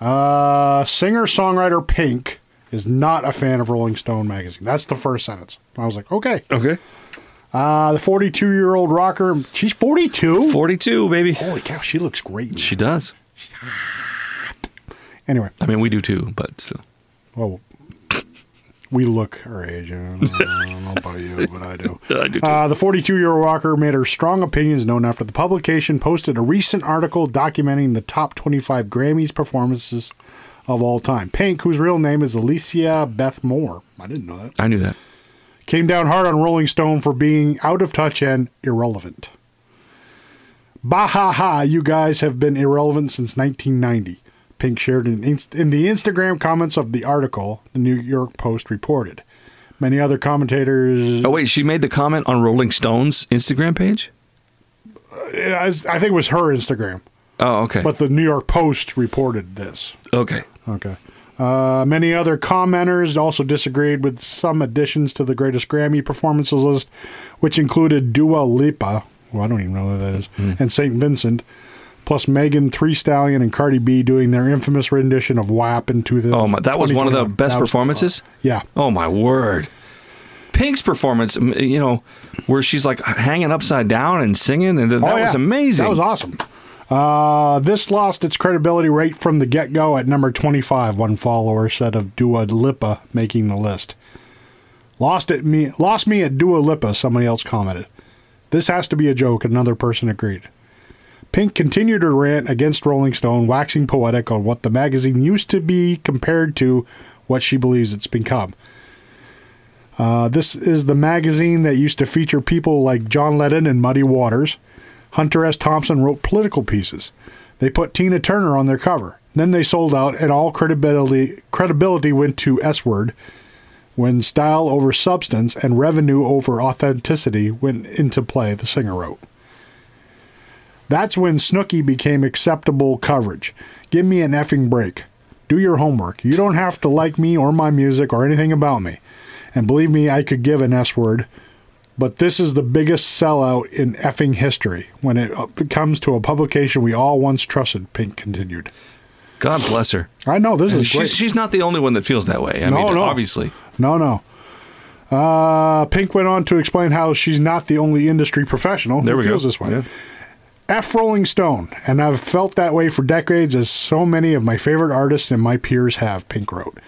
Speaker 7: Uh, Singer songwriter Pink is not a fan of Rolling Stone magazine. That's the first sentence. I was like, okay.
Speaker 1: okay
Speaker 7: Uh, the 42 year old rocker. She's 42.
Speaker 1: forty two baby
Speaker 7: Holy cow, she looks great. man.
Speaker 1: she does
Speaker 7: Anyway,
Speaker 1: I mean we do too but still.
Speaker 7: well, we look her age. I don't know, I don't know about you, but I do.
Speaker 1: I do too.
Speaker 7: Uh, the 42 year old rocker made her strong opinions known after the publication posted a recent article documenting the top 25 Grammys performances of all time. Pink, whose real name is Alicia Beth Moore, I didn't know that,
Speaker 1: I knew that.
Speaker 7: came down hard on Rolling Stone for being out of touch and irrelevant. Bah ha ha, you guys have been irrelevant since 1990. Pink shared in, inst- in the Instagram comments of the article, the New York Post reported. Many other commentators,
Speaker 1: Oh wait, she made the comment on Rolling Stone's Instagram page.
Speaker 7: I I think it was her Instagram,
Speaker 1: Oh okay,
Speaker 7: but the New York Post reported this.
Speaker 1: okay,
Speaker 7: Okay. Uh, many other commenters also disagreed with some additions to the greatest Grammy performances list, which included Dua Lipa, Well, I don't even know who that is.
Speaker 1: Hmm.
Speaker 7: And St. Vincent, plus Megan Three Stallion and Cardi B doing their infamous rendition of WAP in 2000.
Speaker 1: Oh my! That was one of the
Speaker 7: 2021.
Speaker 1: best
Speaker 7: That was- uh,
Speaker 1: performances.
Speaker 7: yeah.
Speaker 1: Oh my word! Pink's performance, m- you know, where she's like hanging upside down and singing, and that
Speaker 7: Oh,
Speaker 1: was
Speaker 7: yeah.
Speaker 1: amazing.
Speaker 7: That was awesome. Uh, this lost its credibility right from the get go at number 25, one follower said of Dua Lipa making the list. Lost it me lost me at Dua Lipa, somebody else commented. This has to be a joke, another person agreed. Pink continued her rant against Rolling Stone, waxing poetic on what the magazine used to be compared to what she believes it's become. Uh, this is the magazine that used to feature people like John Lennon and Muddy Waters. Hunter S. Thompson wrote political pieces. They put Tina Turner on their cover. Then they sold out, and all credibility credibility went to S word. When style over substance and revenue over authenticity went into play, the singer wrote. That's when Snooki became acceptable coverage. Give me an effing break. Do your homework. You don't have to like me or my music or anything about me. And believe me, I could give an S word, but this is the biggest sellout in effing history when it uh, comes to a publication we all once trusted, Pink continued.
Speaker 1: God bless her.
Speaker 7: I know this is great.
Speaker 1: She's, she's not the only one that feels that way. I
Speaker 7: No,
Speaker 1: mean,
Speaker 7: no.
Speaker 1: obviously.
Speaker 7: No, no. Uh, Pink went on to explain how she's not the only industry professional
Speaker 1: There
Speaker 7: who
Speaker 1: we go.
Speaker 7: feels this way.
Speaker 1: Yeah.
Speaker 7: F Rolling Stone, and I've felt that way for decades, as so many of my favorite artists and my peers have, Pink wrote.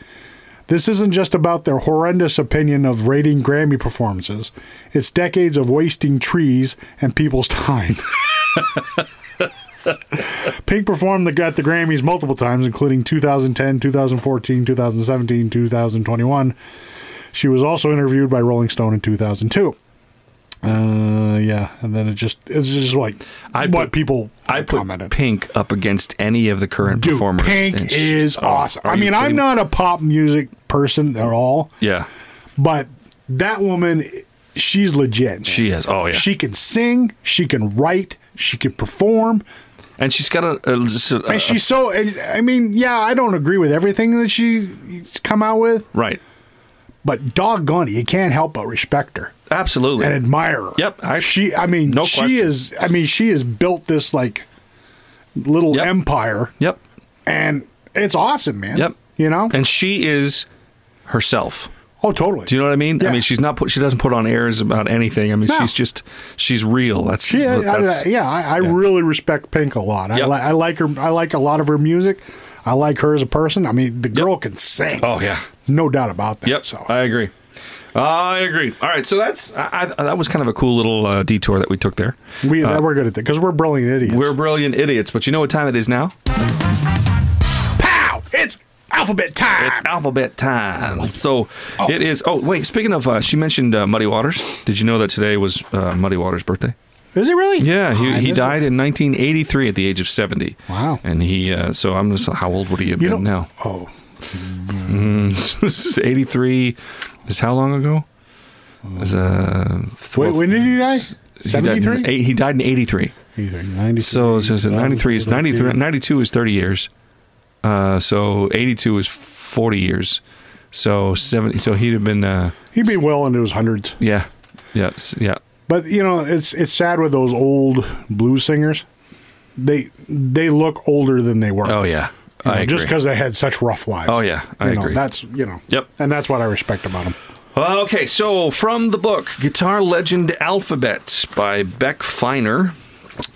Speaker 7: This isn't just about their horrendous opinion of rating Grammy performances, it's decades of wasting trees and people's time. Pink performed the, at the Grammys multiple times, including 2010, 2014, 2017, 2021. She was also interviewed by Rolling Stone in 2002. Uh, yeah, and then it just it's just like
Speaker 1: I
Speaker 7: what
Speaker 1: put-
Speaker 7: people
Speaker 1: I put
Speaker 7: commented.
Speaker 1: Pink up against any of the current
Speaker 7: Dude,
Speaker 1: performers.
Speaker 7: Pink
Speaker 1: It's-
Speaker 7: is
Speaker 1: oh,
Speaker 7: awesome.
Speaker 1: are
Speaker 7: I
Speaker 1: you
Speaker 7: mean, I'm
Speaker 1: kidding?
Speaker 7: not a pop music person at all,
Speaker 1: Yeah,
Speaker 7: but that woman, she's legit. man.
Speaker 1: she is. Oh yeah,
Speaker 7: She can sing, she can write, she can perform.
Speaker 1: and she's got a. a, just a- a-
Speaker 7: And she's so. and- I mean, yeah, I don't agree with everything that she's come out with,
Speaker 1: right.
Speaker 7: but doggone it, you can't help but respect her
Speaker 1: Absolutely.
Speaker 7: and admire her.
Speaker 1: Yep, I-
Speaker 7: she. I mean,
Speaker 1: no
Speaker 7: she
Speaker 1: question.
Speaker 7: is. I mean, she has built this like little
Speaker 1: Yep.
Speaker 7: empire,
Speaker 1: yep.
Speaker 7: and it's awesome, man.
Speaker 1: Yep.
Speaker 7: You know.
Speaker 1: And she is herself.
Speaker 7: oh, totally.
Speaker 1: Do you know what I mean? I
Speaker 7: Yeah.
Speaker 1: mean, she's not put. She doesn't put on airs about anything. I mean,
Speaker 7: No.
Speaker 1: she's just she's real. That's
Speaker 7: She, I- I-
Speaker 1: that's-
Speaker 7: yeah, I, I really respect Pink a lot. I,
Speaker 1: Yep.
Speaker 7: li- I like her. I like a lot of her music. I like her as a person. I mean, the girl can sing.
Speaker 1: Oh yeah.
Speaker 7: no doubt about that.
Speaker 1: Yep.
Speaker 7: So
Speaker 1: I agree. I agree. All right. So that's I, I, that was kind of a cool little uh, detour that we took there.
Speaker 7: we we're good at that because we're brilliant idiots.
Speaker 1: uh, We're brilliant idiots, but you know what time it is now?
Speaker 7: pow! It's alphabet time.
Speaker 1: It's alphabet
Speaker 7: Oh.
Speaker 1: time. So it is. Oh wait, speaking of, uh, she mentioned uh, Muddy Waters. Did you know that today was uh, Muddy Waters' birthday?
Speaker 7: Is it really?
Speaker 1: Yeah,
Speaker 7: Oh, I
Speaker 1: he, he
Speaker 7: missed
Speaker 1: died
Speaker 7: it.
Speaker 1: in 1983 at the age of 70.
Speaker 7: Wow.
Speaker 1: And he, uh, so I'm just, how old would he have
Speaker 7: You
Speaker 1: been
Speaker 7: don't
Speaker 1: now?
Speaker 7: Oh,
Speaker 1: This is 83 is how long ago? It was, uh,
Speaker 7: wait. When did he die? Seventy
Speaker 1: He died, in,
Speaker 7: three.
Speaker 1: eight- he died in 83.
Speaker 7: Ninety.
Speaker 1: So, so is it 93 is 93, 92 is 30 years. Uh, so 82 is 40 years. So 70, so he'd have been, uh,
Speaker 7: He'd be well into his hundreds.
Speaker 1: yeah, yeah, s- yeah.
Speaker 7: But you know, it's it's sad with those old blues singers. They they look older than they were.
Speaker 1: Oh, yeah.
Speaker 7: You know,
Speaker 1: I
Speaker 7: just
Speaker 1: agree.
Speaker 7: because they had such rough lives.
Speaker 1: Oh, yeah, I
Speaker 7: you know,
Speaker 1: agree.
Speaker 7: That's you know.
Speaker 1: Yep.
Speaker 7: And that's what I respect about them.
Speaker 1: Okay, so from the book Guitar Legend Alphabet by Beck Feiner,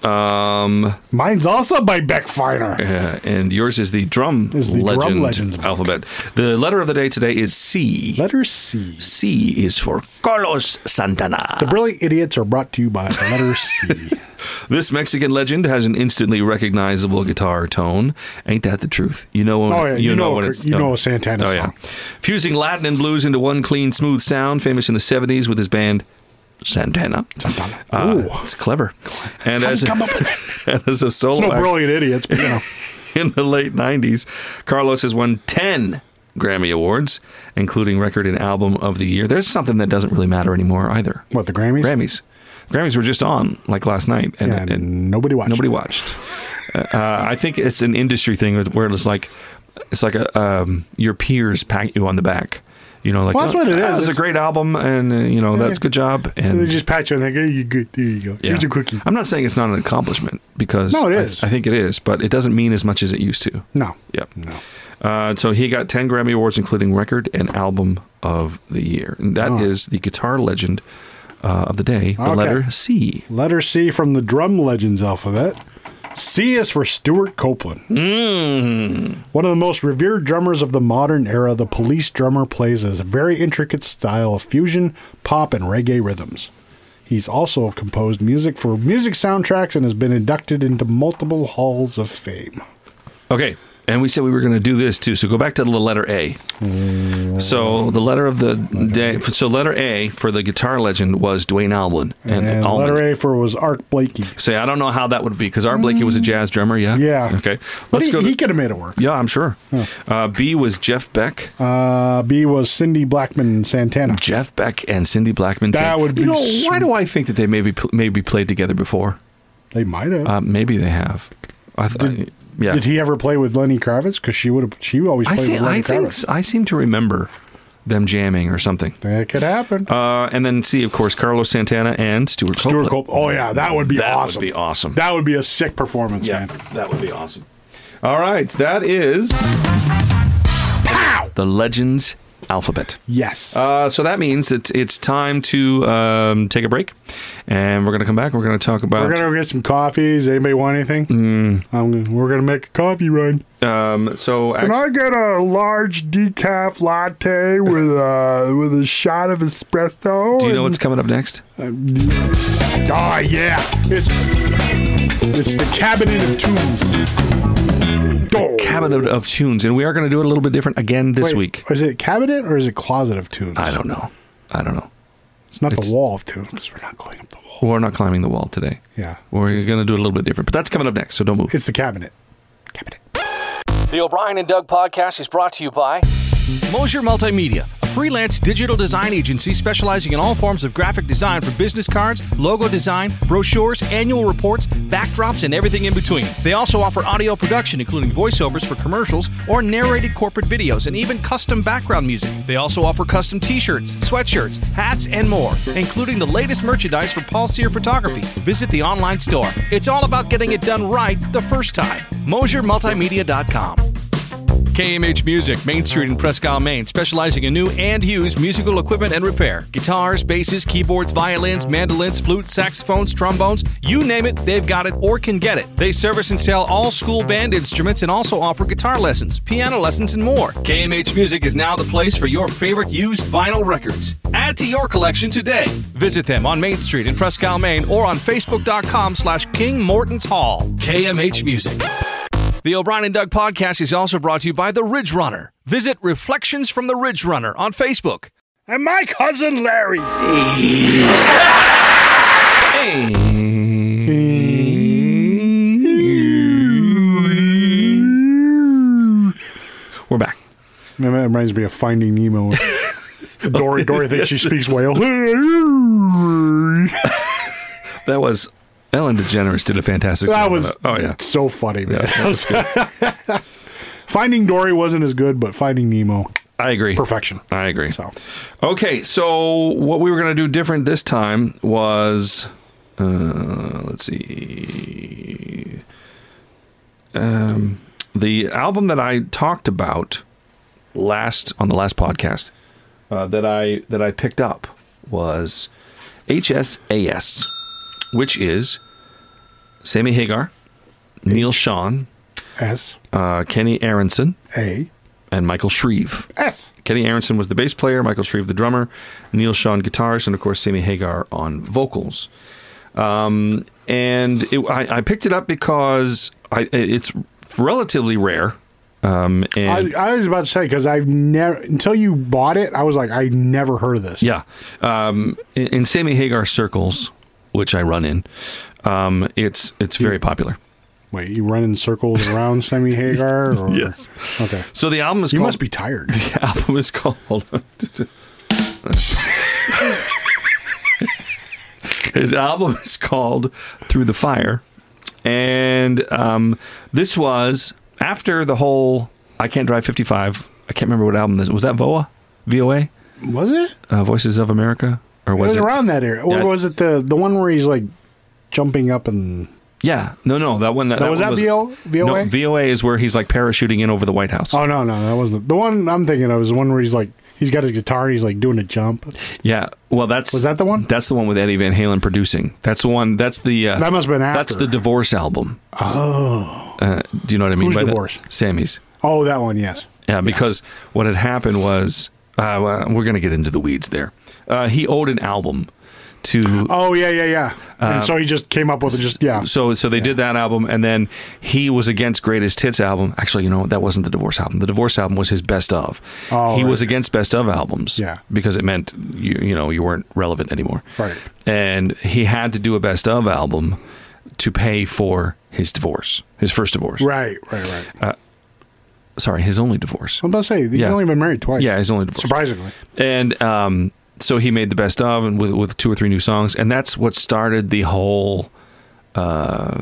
Speaker 1: um,
Speaker 7: Mine's also by Beck Finer.
Speaker 1: uh, and yours is the Drum
Speaker 7: Is the Drum
Speaker 1: Legend
Speaker 7: Legends book.
Speaker 1: Alphabet. The letter of the day today is C.
Speaker 7: Letter C.
Speaker 1: C is for Carlos Santana.
Speaker 7: The Brilliant Idiots are brought to you by the letter C.
Speaker 1: This Mexican legend has an instantly recognizable guitar tone. Ain't that the truth? You know when
Speaker 7: Oh, yeah,
Speaker 1: you,
Speaker 7: you
Speaker 1: know,
Speaker 7: know
Speaker 1: when
Speaker 7: a-
Speaker 1: it's, Oh,
Speaker 7: you know a Santana song.
Speaker 1: Fusing Latin and blues into one clean, smooth sound, famous in the '70s with his band Santana.
Speaker 7: Santana.
Speaker 1: Uh,
Speaker 7: Ooh.
Speaker 1: it's clever. And
Speaker 7: How'd
Speaker 1: as
Speaker 7: you come
Speaker 1: a,
Speaker 7: up with that?
Speaker 1: and as a
Speaker 7: It's
Speaker 1: solo
Speaker 7: no
Speaker 1: act
Speaker 7: Brilliant Idiots, but you know.
Speaker 1: in the late '90s, Carlos has won ten Grammy awards, including Record and Album of the Year. There's something that doesn't really matter anymore either.
Speaker 7: What, the Grammys?
Speaker 1: Grammys. Grammys were just on like last night, and,
Speaker 7: And
Speaker 1: and
Speaker 7: nobody watched.
Speaker 1: Nobody watched. uh, I think it's an industry thing where it's like it's like a um, your peers pat you on the back
Speaker 8: you know, like
Speaker 7: Well, that's what it is.
Speaker 8: It's
Speaker 7: It's-
Speaker 8: a great album, and uh, you know
Speaker 7: Yeah.
Speaker 8: that's good job. And
Speaker 7: they just pat you on the head. Hey, you good? There you go.
Speaker 8: yeah.
Speaker 7: Here's your cookie.
Speaker 8: I'm not saying it's not an accomplishment because
Speaker 7: No, it
Speaker 8: I-
Speaker 7: is.
Speaker 8: I, think it is, but it doesn't mean as much as it used to.
Speaker 7: No.
Speaker 8: Yep. Uh, so he got 10 Grammy Awards, including Record and Album of the Year. And that is
Speaker 7: Oh.
Speaker 8: the guitar legend uh, of the day, the
Speaker 7: Okay.
Speaker 8: letter C.
Speaker 7: Letter C from the Drum Legends alphabet. C is for Stuart Copeland.
Speaker 8: Hmm.
Speaker 7: One of the most revered drummers of the modern era, the police drummer plays as a very intricate style of fusion, pop, and reggae rhythms. He's also composed music for music soundtracks and has been inducted into multiple halls of fame.
Speaker 8: Okay. And we said we were going to do this too. So go back to the letter A. So the letter of the day. So letter A for the guitar legend was Dwayne Allman. And,
Speaker 7: And,
Speaker 8: Allman.
Speaker 7: letter A for was Art Blakey.
Speaker 8: Say, I don't know how that would be because Art Blakey was a jazz drummer. Yeah.
Speaker 7: Yeah.
Speaker 8: Okay.
Speaker 7: But
Speaker 8: Let's
Speaker 7: he,
Speaker 8: go. To,
Speaker 7: he could have made it work.
Speaker 8: yeah, I'm sure. Uh, B was Jeff Beck.
Speaker 7: Uh, B was Cindy Blackman Santana.
Speaker 8: Jeff Beck and Cindy Blackman.
Speaker 7: That
Speaker 8: sang-
Speaker 7: would be
Speaker 8: You know,
Speaker 7: sweet.
Speaker 8: why do I think that they maybe pl- maybe played together before?
Speaker 7: They might have.
Speaker 8: Uh, maybe they have. I th- I- yeah.
Speaker 7: Did he ever play with Lenny Kravitz? Because she would have. She always
Speaker 8: I
Speaker 7: played
Speaker 8: think
Speaker 7: with Lenny
Speaker 8: I think
Speaker 7: Kravitz.
Speaker 8: s- I seem to remember them jamming or something.
Speaker 7: That could happen.
Speaker 8: Uh, and then C, of course, Carlos Santana and Stuart Copeland.
Speaker 7: Stuart Cope. Oh yeah, that would be
Speaker 8: That would
Speaker 7: awesome.
Speaker 8: be awesome.
Speaker 7: That would be a sick performance,
Speaker 8: Yeah,
Speaker 7: man.
Speaker 8: that would be awesome. All right, that is the Legends alphabet.
Speaker 7: Yes.
Speaker 8: Uh, so that means it's it's time to um, take a break, and we're gonna come back. We're gonna talk about
Speaker 7: we're gonna go get some coffees. Anybody want anything?
Speaker 8: Mm.
Speaker 7: Um, we're gonna make a coffee run.
Speaker 8: um, so
Speaker 7: Can
Speaker 8: act-
Speaker 7: I get a large decaf latte with a with a shot of espresso?
Speaker 8: do you know
Speaker 7: and-
Speaker 8: what's coming up next?
Speaker 7: Oh yeah, it's it's the cabinet of tunes. Oh.
Speaker 8: Cabinet of tunes, and we are gonna do it a little bit different again this
Speaker 7: Wait,
Speaker 8: week.
Speaker 7: Is it cabinet or is it closet of tunes?
Speaker 8: I don't know. I don't know.
Speaker 7: It's not
Speaker 8: It's-
Speaker 7: the wall of tunes because we're not going up the wall.
Speaker 8: We're not climbing the wall today.
Speaker 7: Yeah,
Speaker 8: We're gonna do it a little bit different, but that's coming up next. So don't move.
Speaker 7: it's the cabinet. Cabinet.
Speaker 2: The O'Brien and Doug podcast is brought to you by
Speaker 1: Mosier Multimedia, a freelance digital design agency specializing in all forms of graphic design for business cards, logo design, brochures, annual reports, backdrops, and everything in between. They also offer audio production, including voiceovers for commercials or narrated corporate videos, and even custom background music. They also offer custom t shirts, sweatshirts, hats, and more, including the latest merchandise for Paul Sear Photography. Visit the online store. It's all about getting it done right the first time. MosierMultimedia.com. KMH Music, Main Street in Presque Isle, Maine, specializing in new and used musical equipment and repair. Guitars, basses, keyboards, violins, mandolins, flutes, saxophones, trombones, you name it, they've got it or can get it. They service and sell all school band instruments and also offer guitar lessons, piano lessons, and more. KMH Music is now the place for your favorite used vinyl records. Add to your collection today. Visit them on Main Street in Presque Isle, Maine, or on facebook.com slash King Morton's Hall. KMH Music. The O'Brien and Doug podcast is also brought to you by The Ridge Runner. Visit Reflections from the Ridge Runner on Facebook.
Speaker 7: And my cousin Larry.
Speaker 8: We're back.
Speaker 7: That reminds me of Finding Nemo. Dory, Dory thinks she speaks whale.
Speaker 8: That was Ellen DeGeneres did a fantastic.
Speaker 7: that
Speaker 8: job with
Speaker 7: was
Speaker 8: Oh yeah.
Speaker 7: so funny, man.
Speaker 8: Yeah, that was good.
Speaker 7: Finding Dory wasn't as good, but Finding Nemo,
Speaker 8: I agree.
Speaker 7: perfection.
Speaker 8: I agree.
Speaker 7: So
Speaker 8: Okay, so what we were going to do different this time was, uh, let's see, um, the album that I talked about last on the last podcast uh, that I that I picked up was HSAS, which is Sammy Hagar, Neil Sean,
Speaker 7: S
Speaker 8: uh, Kenny Aronson,
Speaker 7: A
Speaker 8: and Michael Shreve.
Speaker 7: S.
Speaker 8: Kenny Aronson was the bass player, Michael Shreve the drummer, Neil Sean guitars, and of course Sammy Hagar on vocals. Um, and it, I, I picked it up because I, it's relatively rare. Um,
Speaker 7: I,
Speaker 8: and
Speaker 7: I was about to say because I've never until you bought it, I was like, I never heard of this.
Speaker 8: yeah, um, in, in Sammy Hagar circles, which I run in, um, it's it's very popular.
Speaker 7: Wait, you run in circles around Sammy Hagar? Or?
Speaker 8: Yes.
Speaker 7: Okay.
Speaker 8: So the album is
Speaker 7: You
Speaker 8: called,
Speaker 7: must be tired.
Speaker 8: the album is called. hold on. His album is called Through the Fire, and um, this was after the whole "I Can't Drive 55." I can't remember what album this was. That Voa, VOA,
Speaker 7: Was it?
Speaker 8: uh, Voices of America, or
Speaker 7: it
Speaker 8: was
Speaker 7: was
Speaker 8: it,
Speaker 7: around that area. Or
Speaker 8: Yeah.
Speaker 7: was it the the one where he's like jumping up and
Speaker 8: Yeah, no, no, that one. That,
Speaker 7: was
Speaker 8: one
Speaker 7: that VO? VOA?
Speaker 8: No, VOA is where he's like parachuting in over the White House.
Speaker 7: Oh no, no, that wasn't the one I'm thinking of. Is the one where he's like he's got his guitar and he's like doing a jump.
Speaker 8: Yeah, well, that's
Speaker 7: Was that the one?
Speaker 8: That's the one with Eddie Van Halen producing. That's the one. That's the uh,
Speaker 7: That must have been
Speaker 8: That's
Speaker 7: after.
Speaker 8: the divorce album. Oh, uh, do you know what I mean?
Speaker 7: Whose
Speaker 8: by that?
Speaker 7: divorce?
Speaker 8: Sammy's.
Speaker 7: Oh, that one, yes.
Speaker 8: Yeah, because what had happened was uh, well, we're going to get into the weeds there. Uh, he owed an album to
Speaker 7: Oh yeah, yeah, yeah. and so he just came up with it. Just yeah.
Speaker 8: Um, So so they did that album, and then he was against Greatest Hits album. Actually, you know what? that wasn't the Divorce album. The Divorce album was his Best of.
Speaker 7: Oh,
Speaker 8: he was
Speaker 7: right.
Speaker 8: against Best of albums.
Speaker 7: Yeah.
Speaker 8: because it meant you you know you weren't relevant anymore.
Speaker 7: Right.
Speaker 8: And he had to do a Best of album to pay for his divorce, his first divorce.
Speaker 7: Right, right, right.
Speaker 8: Sorry, his only divorce.
Speaker 7: I'm about to say he's
Speaker 8: Yeah.
Speaker 7: only been married twice.
Speaker 8: Yeah, his only divorce.
Speaker 7: surprisingly.
Speaker 8: and um, so he made the best of and with with two or three new songs, and that's what started the whole uh,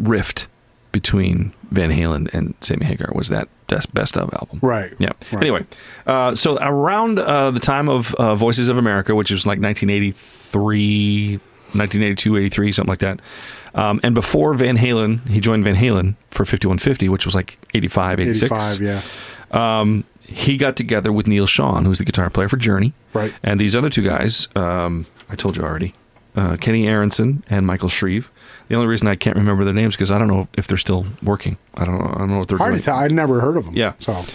Speaker 8: rift between Van Halen and Sammy Hagar was that best best of album,
Speaker 7: Right.
Speaker 8: Yeah.
Speaker 7: Right.
Speaker 8: Anyway, uh, so around uh, the time of uh, Voices of America, which was like 1983, 1982, 83, something like that. Um, and before Van Halen, he joined Van Halen for 5150, which was like 85, 86
Speaker 7: 85, yeah.
Speaker 8: um, he got together with Neil Sean, who's the guitar player for Journey.
Speaker 7: Right.
Speaker 8: And these other two guys, um, I told you already, uh, Kenny Aronson and Michael Shreve. The only reason I can't remember their names because I don't know if they're still working. I don't know. I don't know what they're
Speaker 7: Hard to
Speaker 8: doing.
Speaker 7: tell. I'd never heard of him.
Speaker 8: Yeah.
Speaker 7: So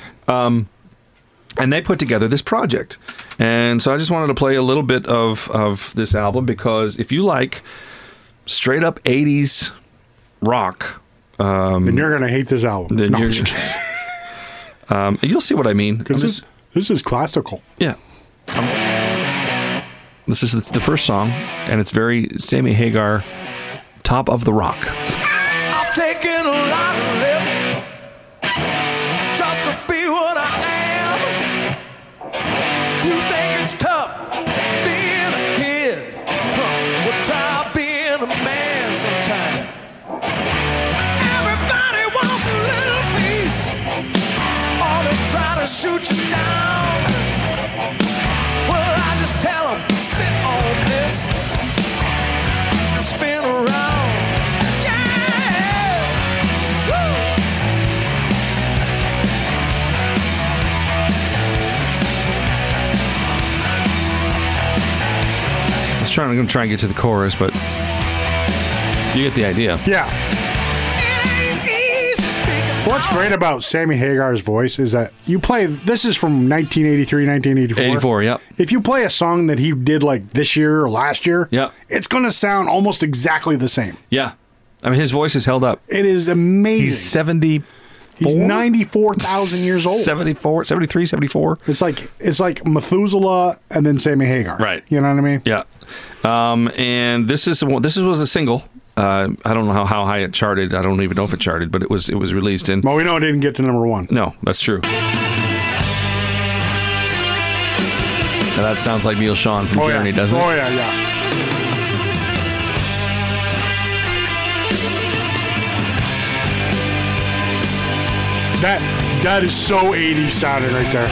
Speaker 8: and they put together this project. And so I just wanted to play a little bit of of this album because if you like straight up '80s rock,
Speaker 7: and you're gonna hate this album.
Speaker 8: Mm. then
Speaker 7: No,
Speaker 8: you're,
Speaker 7: I'm just-
Speaker 8: um, you'll see what I mean. I'm
Speaker 7: 'cause
Speaker 8: just-
Speaker 7: this, this is classical.
Speaker 8: Yeah.
Speaker 1: Um,
Speaker 8: this is the, the first song, and it's very Sammy Hagar, Top of the Rock.
Speaker 9: I've taken a lot of lip just to be what I am. You think it's tough being a kid? Huh? Well, try being a man sometime. Everybody wants a little piece. Always try to shoot you down. Well, I just tell 'em, sit on this and spin around. Yeah! Woo!
Speaker 8: I was trying, I'm going to try and get to the chorus, but you get the idea.
Speaker 7: Yeah.
Speaker 9: It ain't easy speaking
Speaker 7: What's
Speaker 9: out.
Speaker 7: great about Sammy Hagar's voice is that you play this is from 1983, 1984.
Speaker 8: 84, yep.
Speaker 7: If you play a song that he did like this year or last year,
Speaker 8: Yeah.
Speaker 7: it's going to sound almost exactly the same.
Speaker 8: Yeah. I mean, his voice is held up.
Speaker 7: It is amazing.
Speaker 8: He's 74.
Speaker 7: He's 94,000 years old.
Speaker 8: 74, 73, 74.
Speaker 7: It's like it's like Methuselah and then Sammy Hagar.
Speaker 8: Right.
Speaker 7: You know what I mean?
Speaker 8: Yeah. Um, and this is this is, was a single. Uh, I don't know how, how high it charted. I don't even know if it charted, but it was it was released in.
Speaker 7: Well, we know it didn't get to number one.
Speaker 8: No, that's true. Now that sounds like Neil Sean from Journey,
Speaker 7: yeah.
Speaker 8: doesn't
Speaker 7: oh,
Speaker 8: it?
Speaker 7: yeah, yeah. That that is so 80s sounding right there.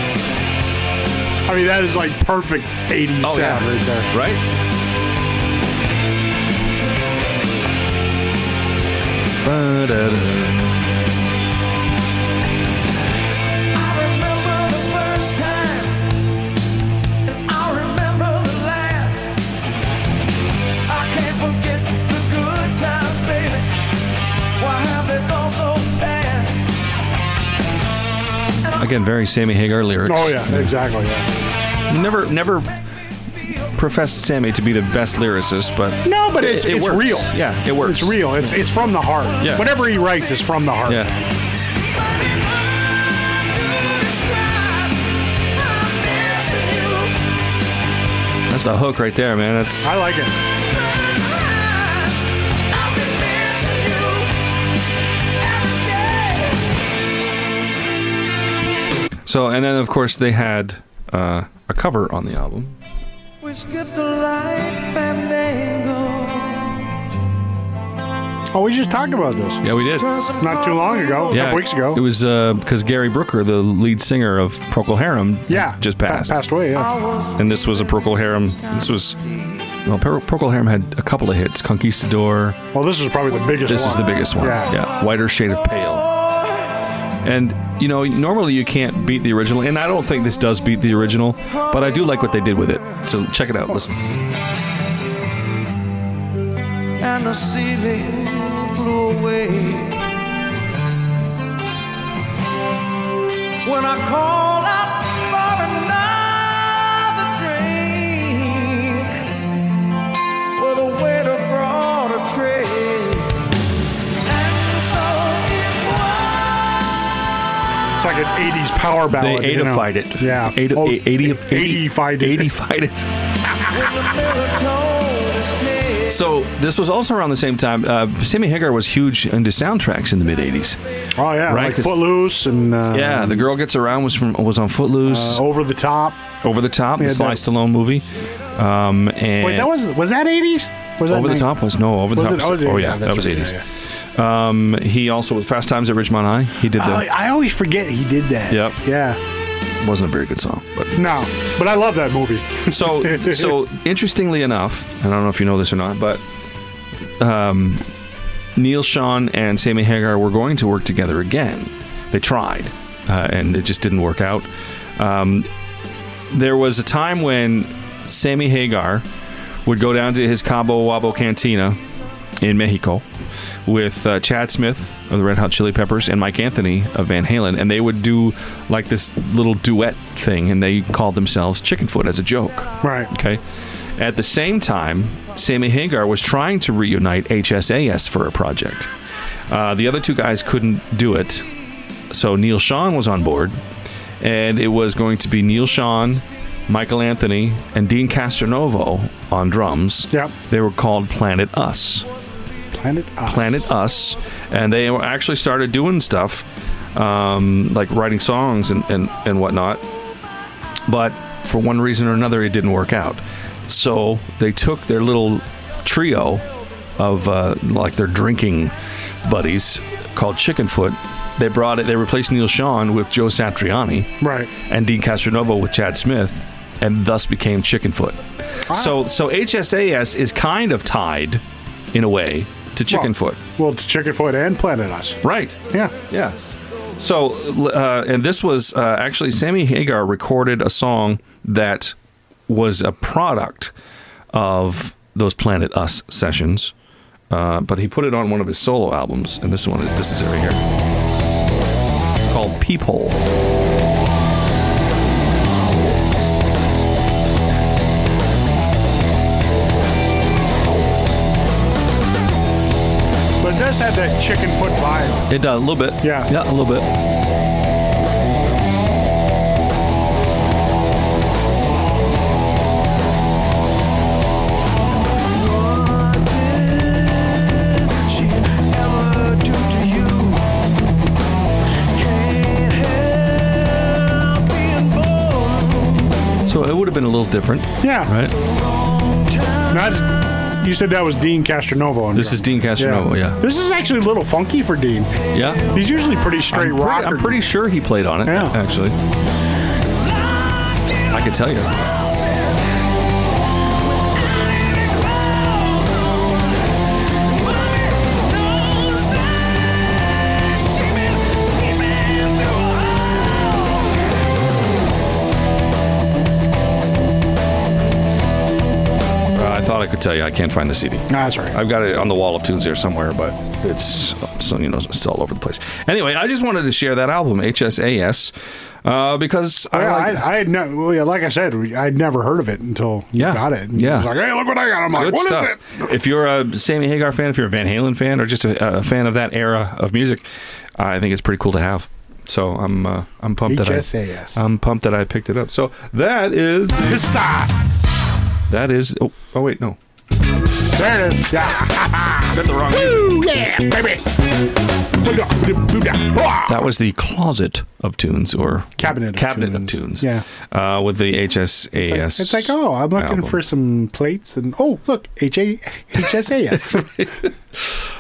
Speaker 7: I mean, that is like perfect 80s
Speaker 8: Oh,
Speaker 7: sound
Speaker 8: yeah.
Speaker 7: right there.
Speaker 8: Right? Ba-da-da.
Speaker 9: I remember the first time, and I remember the last. I can't forget the good times, baby. Why have they gone so fast?
Speaker 8: Again, very Sammy Hagar lyrics.
Speaker 7: Oh yeah, exactly. Yeah.
Speaker 8: Never, never professed Sammy to be the best lyricist, but
Speaker 7: No, but it's
Speaker 8: it
Speaker 7: it's
Speaker 8: works.
Speaker 7: real.
Speaker 8: Yeah, it works.
Speaker 7: It's real. It's it's from the heart.
Speaker 8: Yeah.
Speaker 7: Whatever he writes is from the heart.
Speaker 8: Yeah,
Speaker 9: But it's hard to describe. I'm missing you.
Speaker 8: that's the hook right there, man. That's
Speaker 7: I like it.
Speaker 9: I've been missing you every day.
Speaker 8: so. And then of course they had uh, a cover on the album.
Speaker 9: We skipped the light fandango.
Speaker 7: Oh, we just talked about this
Speaker 1: Yeah, we did.
Speaker 7: not too long ago, a
Speaker 1: Yeah,
Speaker 7: couple weeks ago.
Speaker 1: It was because Gary Brooker, the lead singer of Procol Harum,
Speaker 7: yeah,
Speaker 1: just
Speaker 7: pa-
Speaker 1: passed.
Speaker 7: Passed away. Yeah.
Speaker 1: And this was a Procol Harum. This was well, Pro- Procol Harum had a couple of hits: Conquistador.
Speaker 7: Well, this is probably the biggest.
Speaker 1: This is the
Speaker 7: one.
Speaker 1: biggest one.
Speaker 7: Yeah.
Speaker 1: Whiter Shade of Pale. And, you know, normally you can't beat the original, and I don't think this does beat the original, but I do like what they did with it. So check it out. Listen.
Speaker 9: and the ceiling flew away. When I called out for another drink, well, the waiter brought a tray. And so it was.
Speaker 7: It's like an '80s power
Speaker 1: They
Speaker 7: ballad. you know.
Speaker 1: eightified it.
Speaker 7: Yeah.
Speaker 1: Eight,
Speaker 7: Oh,
Speaker 1: eight, 80, 80,
Speaker 7: eightified it.
Speaker 1: 80-fied it.
Speaker 9: When the miller told his tale.
Speaker 1: So this was also around the same time. Uh, Sammy Hagar was huge into soundtracks in the mid 80s.
Speaker 7: Oh yeah,
Speaker 1: Right,
Speaker 7: like
Speaker 1: 'cause-
Speaker 7: Footloose and uh,
Speaker 1: Yeah, The Girl Gets Around was from was on Footloose,
Speaker 7: uh, Over the Top.
Speaker 1: Over the Top, the
Speaker 7: yeah,
Speaker 1: Sly
Speaker 7: that-
Speaker 1: Stallone movie. Um, and
Speaker 7: Wait, that was was that '80s? Was that
Speaker 1: Over the
Speaker 7: 90s?
Speaker 1: Top was, no, Over the
Speaker 7: Was
Speaker 1: Top
Speaker 7: it-
Speaker 1: was-
Speaker 7: it-
Speaker 1: oh, yeah, that
Speaker 7: that's
Speaker 1: was
Speaker 7: right,
Speaker 1: 80s.
Speaker 7: yeah, yeah.
Speaker 1: Um, he also, with Fast Times at Ridgemont High, he did
Speaker 7: Oh,
Speaker 1: that.
Speaker 7: I always forget he did that.
Speaker 1: Yep.
Speaker 7: Yeah.
Speaker 1: wasn't a very good song, but
Speaker 7: No, but I love that movie.
Speaker 1: So, so interestingly enough, and I don't know if you know this or not, but um, Neil Sean and Sammy Hagar were going to work together again. They tried, uh, and it just didn't work out. Um, there was a time when Sammy Hagar would go down to his Cabo Wabo Cantina in Mexico with uh, Chad Smith of the Red Hot Chili Peppers and Mike Anthony of Van Halen, and they would do like this little duet thing, and they called themselves Chickenfoot as a joke.
Speaker 7: Right.
Speaker 1: Okay. At the same time, Sammy Hagar was trying to reunite HSAS for a project. Uh, the other two guys couldn't do it, so Neil Sean was on board, and it was going to be Neil Sean, Michael Anthony, and Dean Castronovo on drums.
Speaker 7: Yep.
Speaker 1: They were called Planet Us.
Speaker 7: Planet Us.
Speaker 1: Planet Us, and they were- actually started doing stuff um, like writing songs and, and, and whatnot. But for one reason or another, it didn't work out. So they took their little trio of uh, like their drinking buddies called Chickenfoot. They brought it. They replaced Neil Sean with Joe Satriani
Speaker 7: Right.
Speaker 1: and Dean Castronovo with Chad Smith, and thus became Chickenfoot. So so HSAS is kind of tied, in a way, to Chickenfoot.
Speaker 7: Well, it's Chickenfoot and Planet Us.
Speaker 1: right.
Speaker 7: Yeah.
Speaker 1: Yeah. So uh, and this was uh, actually Sammy Hagar recorded a song that was a product of those Planet Us sessions. Uh, but he put it on one of his solo albums, and this one, this is it right here, called Peephole.
Speaker 7: But it does have that Chickenfoot vibe.
Speaker 1: It does a little bit.
Speaker 7: Yeah.
Speaker 1: Yeah, a little bit.
Speaker 9: She ever do to you? Can't help being bold.
Speaker 1: So it would have been a little different,
Speaker 7: Yeah.
Speaker 1: right?
Speaker 7: Now, that's- you said that was Dean Castronovo. on
Speaker 1: This
Speaker 7: drum.
Speaker 1: is Dean Castronovo, yeah.
Speaker 7: This is actually a little funky for Dean.
Speaker 1: Yeah.
Speaker 7: He's usually pretty straight
Speaker 1: I'm,
Speaker 7: rock.
Speaker 1: pretty, I'm pretty sure he played on it,
Speaker 7: Yeah.
Speaker 1: actually. I could tell you. Uh, I thought I could tell you. I can't find the CD.
Speaker 7: Nah, that's all right.
Speaker 1: I've got it on the wall of tunes here somewhere, but it's so you know it's all over the place. Anyway, I just wanted to share that album HSAS uh, because I
Speaker 7: Yeah,
Speaker 1: like.
Speaker 7: I, I had no, well, yeah, like I said, we- I'd never heard of it until you
Speaker 1: Yeah.
Speaker 7: got it. And
Speaker 1: Yeah.
Speaker 7: I was like, hey, look what I got. I'm like,
Speaker 1: Good
Speaker 7: what is
Speaker 1: stuff.
Speaker 7: it?
Speaker 1: If you're a Sammy Hagar fan, if you're a Van Halen fan, or just a, a fan of that era of music, I think it's pretty cool to have. So I'm uh, I'm pumped
Speaker 7: HSAS.
Speaker 1: that I, I'm pumped that I picked it up. So that is
Speaker 7: This sauce.
Speaker 1: that is oh, oh wait no
Speaker 7: There it is. Yeah.
Speaker 8: That's the wrong
Speaker 7: Woo, yeah, baby.
Speaker 8: That was the closet of tunes or
Speaker 7: Cabinet of
Speaker 8: cabinet
Speaker 7: tunes.
Speaker 8: of tunes.
Speaker 7: Yeah.
Speaker 8: Uh, with the HSAS.
Speaker 7: It's like, it's like, oh, I'm looking
Speaker 8: album.
Speaker 7: for some plates, and oh, look, H A H S A S.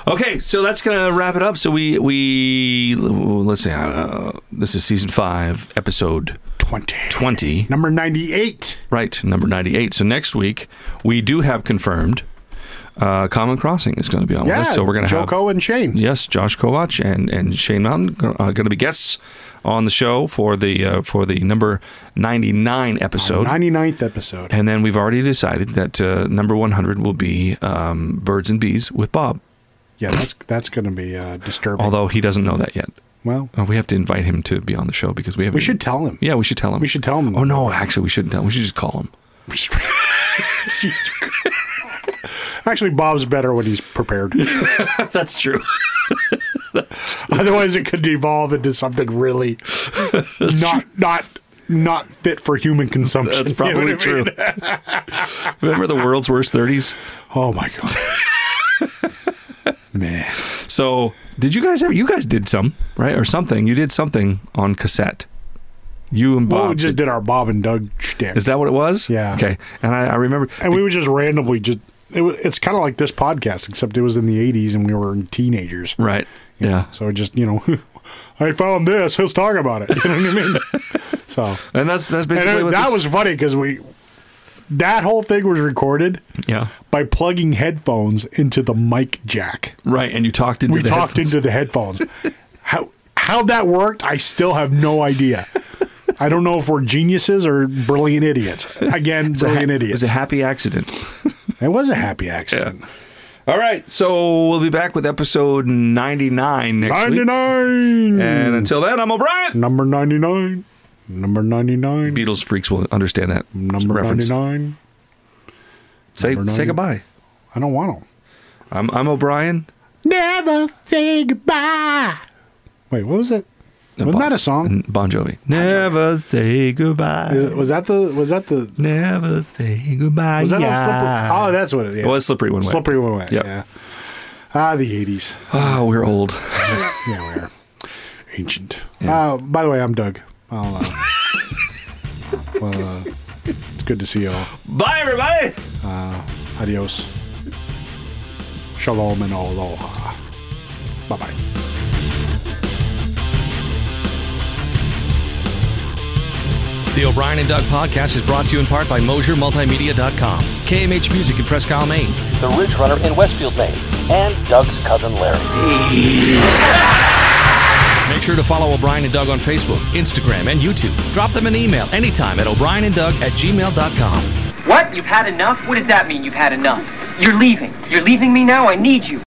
Speaker 8: Okay, so that's gonna wrap it up. So we we let's say uh, this is season five, episode
Speaker 7: Twenty.
Speaker 8: twenty,
Speaker 7: Number ninety-eight.
Speaker 8: right? Number ninety-eight. So next week we do have confirmed. Uh, Common Crossing is going to be on
Speaker 7: Yeah.
Speaker 8: with us, so we're going to have
Speaker 7: Joko and Shane.
Speaker 8: yes, Josh Kovach and and Shane Mountain are going to be guests on the show for the uh, for the number ninety nine episode.
Speaker 7: 99th episode.
Speaker 8: And then we've already decided that uh, number 100 will be um, Birds and Bees with Bob,
Speaker 7: Yeah, that's that's going to be uh, disturbing.
Speaker 8: although he doesn't know that yet.
Speaker 7: well,
Speaker 8: Uh, we have to invite him to be on the show because we have
Speaker 7: we should tell him.
Speaker 8: Yeah, we should tell him.
Speaker 7: We should tell him.
Speaker 8: Oh, no, actually, we shouldn't tell him. We should just call him.
Speaker 7: Jeez. Actually, Bob's better when he's prepared.
Speaker 8: That's true.
Speaker 7: Otherwise, it could devolve into something really not not not fit for human consumption.
Speaker 8: That's
Speaker 7: You know what
Speaker 8: probably
Speaker 7: I mean?
Speaker 8: true. Remember the world's worst 30s?
Speaker 7: Oh my god, man!
Speaker 8: So, did you guys ever? You guys did some, right? Or something. You did something on cassette. You and Bob.
Speaker 7: Well, we just
Speaker 8: did-
Speaker 7: did our Bob and Doug shtick,
Speaker 8: Is that what it was?
Speaker 7: Yeah.
Speaker 8: Okay. And I, I remember.
Speaker 7: and we would just randomly just. It was, it's kind of like this podcast, except it was in the '80s and we were teenagers.
Speaker 8: right. Yeah.
Speaker 7: So it just you know, I found this. Let's talk about it. You know what I mean? so
Speaker 8: And that's that's
Speaker 7: and
Speaker 8: basically
Speaker 7: it-
Speaker 8: what
Speaker 7: that
Speaker 8: this-
Speaker 7: was funny because we that whole thing was recorded
Speaker 8: Yeah.
Speaker 7: by plugging headphones into the mic jack.
Speaker 8: Right. And you talked into
Speaker 7: We
Speaker 8: the
Speaker 7: talked
Speaker 8: headphones.
Speaker 7: into the headphones. how how that worked, I still have no idea. I don't know if we're geniuses or brilliant idiots. Again,
Speaker 8: It was a
Speaker 7: brilliant
Speaker 8: ha-
Speaker 7: idiots.
Speaker 8: It was a happy accident.
Speaker 7: it was a happy accident.
Speaker 8: All right, so we'll be back with episode 99 next
Speaker 7: Ninety
Speaker 8: week.
Speaker 7: nine,
Speaker 8: And until then, I'm O'Brien.
Speaker 7: number ninety nine, number ninety nine,
Speaker 8: Beatles freaks will understand that
Speaker 7: number
Speaker 8: reference.
Speaker 7: ninety nine.
Speaker 8: Say,
Speaker 7: Number
Speaker 8: say
Speaker 7: 90.
Speaker 8: goodbye.
Speaker 7: I don't want them.
Speaker 8: I'm, I'm O'Brien.
Speaker 7: Never say goodbye. Wait, what was it? Wasn't that a song? Uh,
Speaker 8: Bon Jovi. Never say goodbye.
Speaker 7: Was that the? Was that the?
Speaker 8: Never say goodbye.
Speaker 7: Was that on
Speaker 8: yeah.
Speaker 7: slippery? Oh, that's what it is.
Speaker 8: It was Slippery When Wet.
Speaker 7: Slippery when wet.
Speaker 8: Yep.
Speaker 7: Yeah. Ah, the eighties.
Speaker 8: Oh, we're old.
Speaker 7: Yeah, we are ancient. Uh, by the way, I'm Doug. I'll, uh, well, uh, it's good to see you all.
Speaker 8: Bye, everybody.
Speaker 7: Adios. Shalom and aloha. Bye bye.
Speaker 1: The O'Brien and Doug podcast is brought to you in part by MosierMultimedia.com, KMH Music in Prescott, Maine,
Speaker 2: The Ridge Runner in Westfield, Maine, and Doug's cousin Larry.
Speaker 1: Make sure to follow O'Brien and Doug on Facebook, Instagram, and YouTube. Drop them an email anytime at o'brienanddoug at gmail.com.
Speaker 10: What? You've had enough? What does that mean, you've had enough? You're leaving. You're leaving me now? I need you.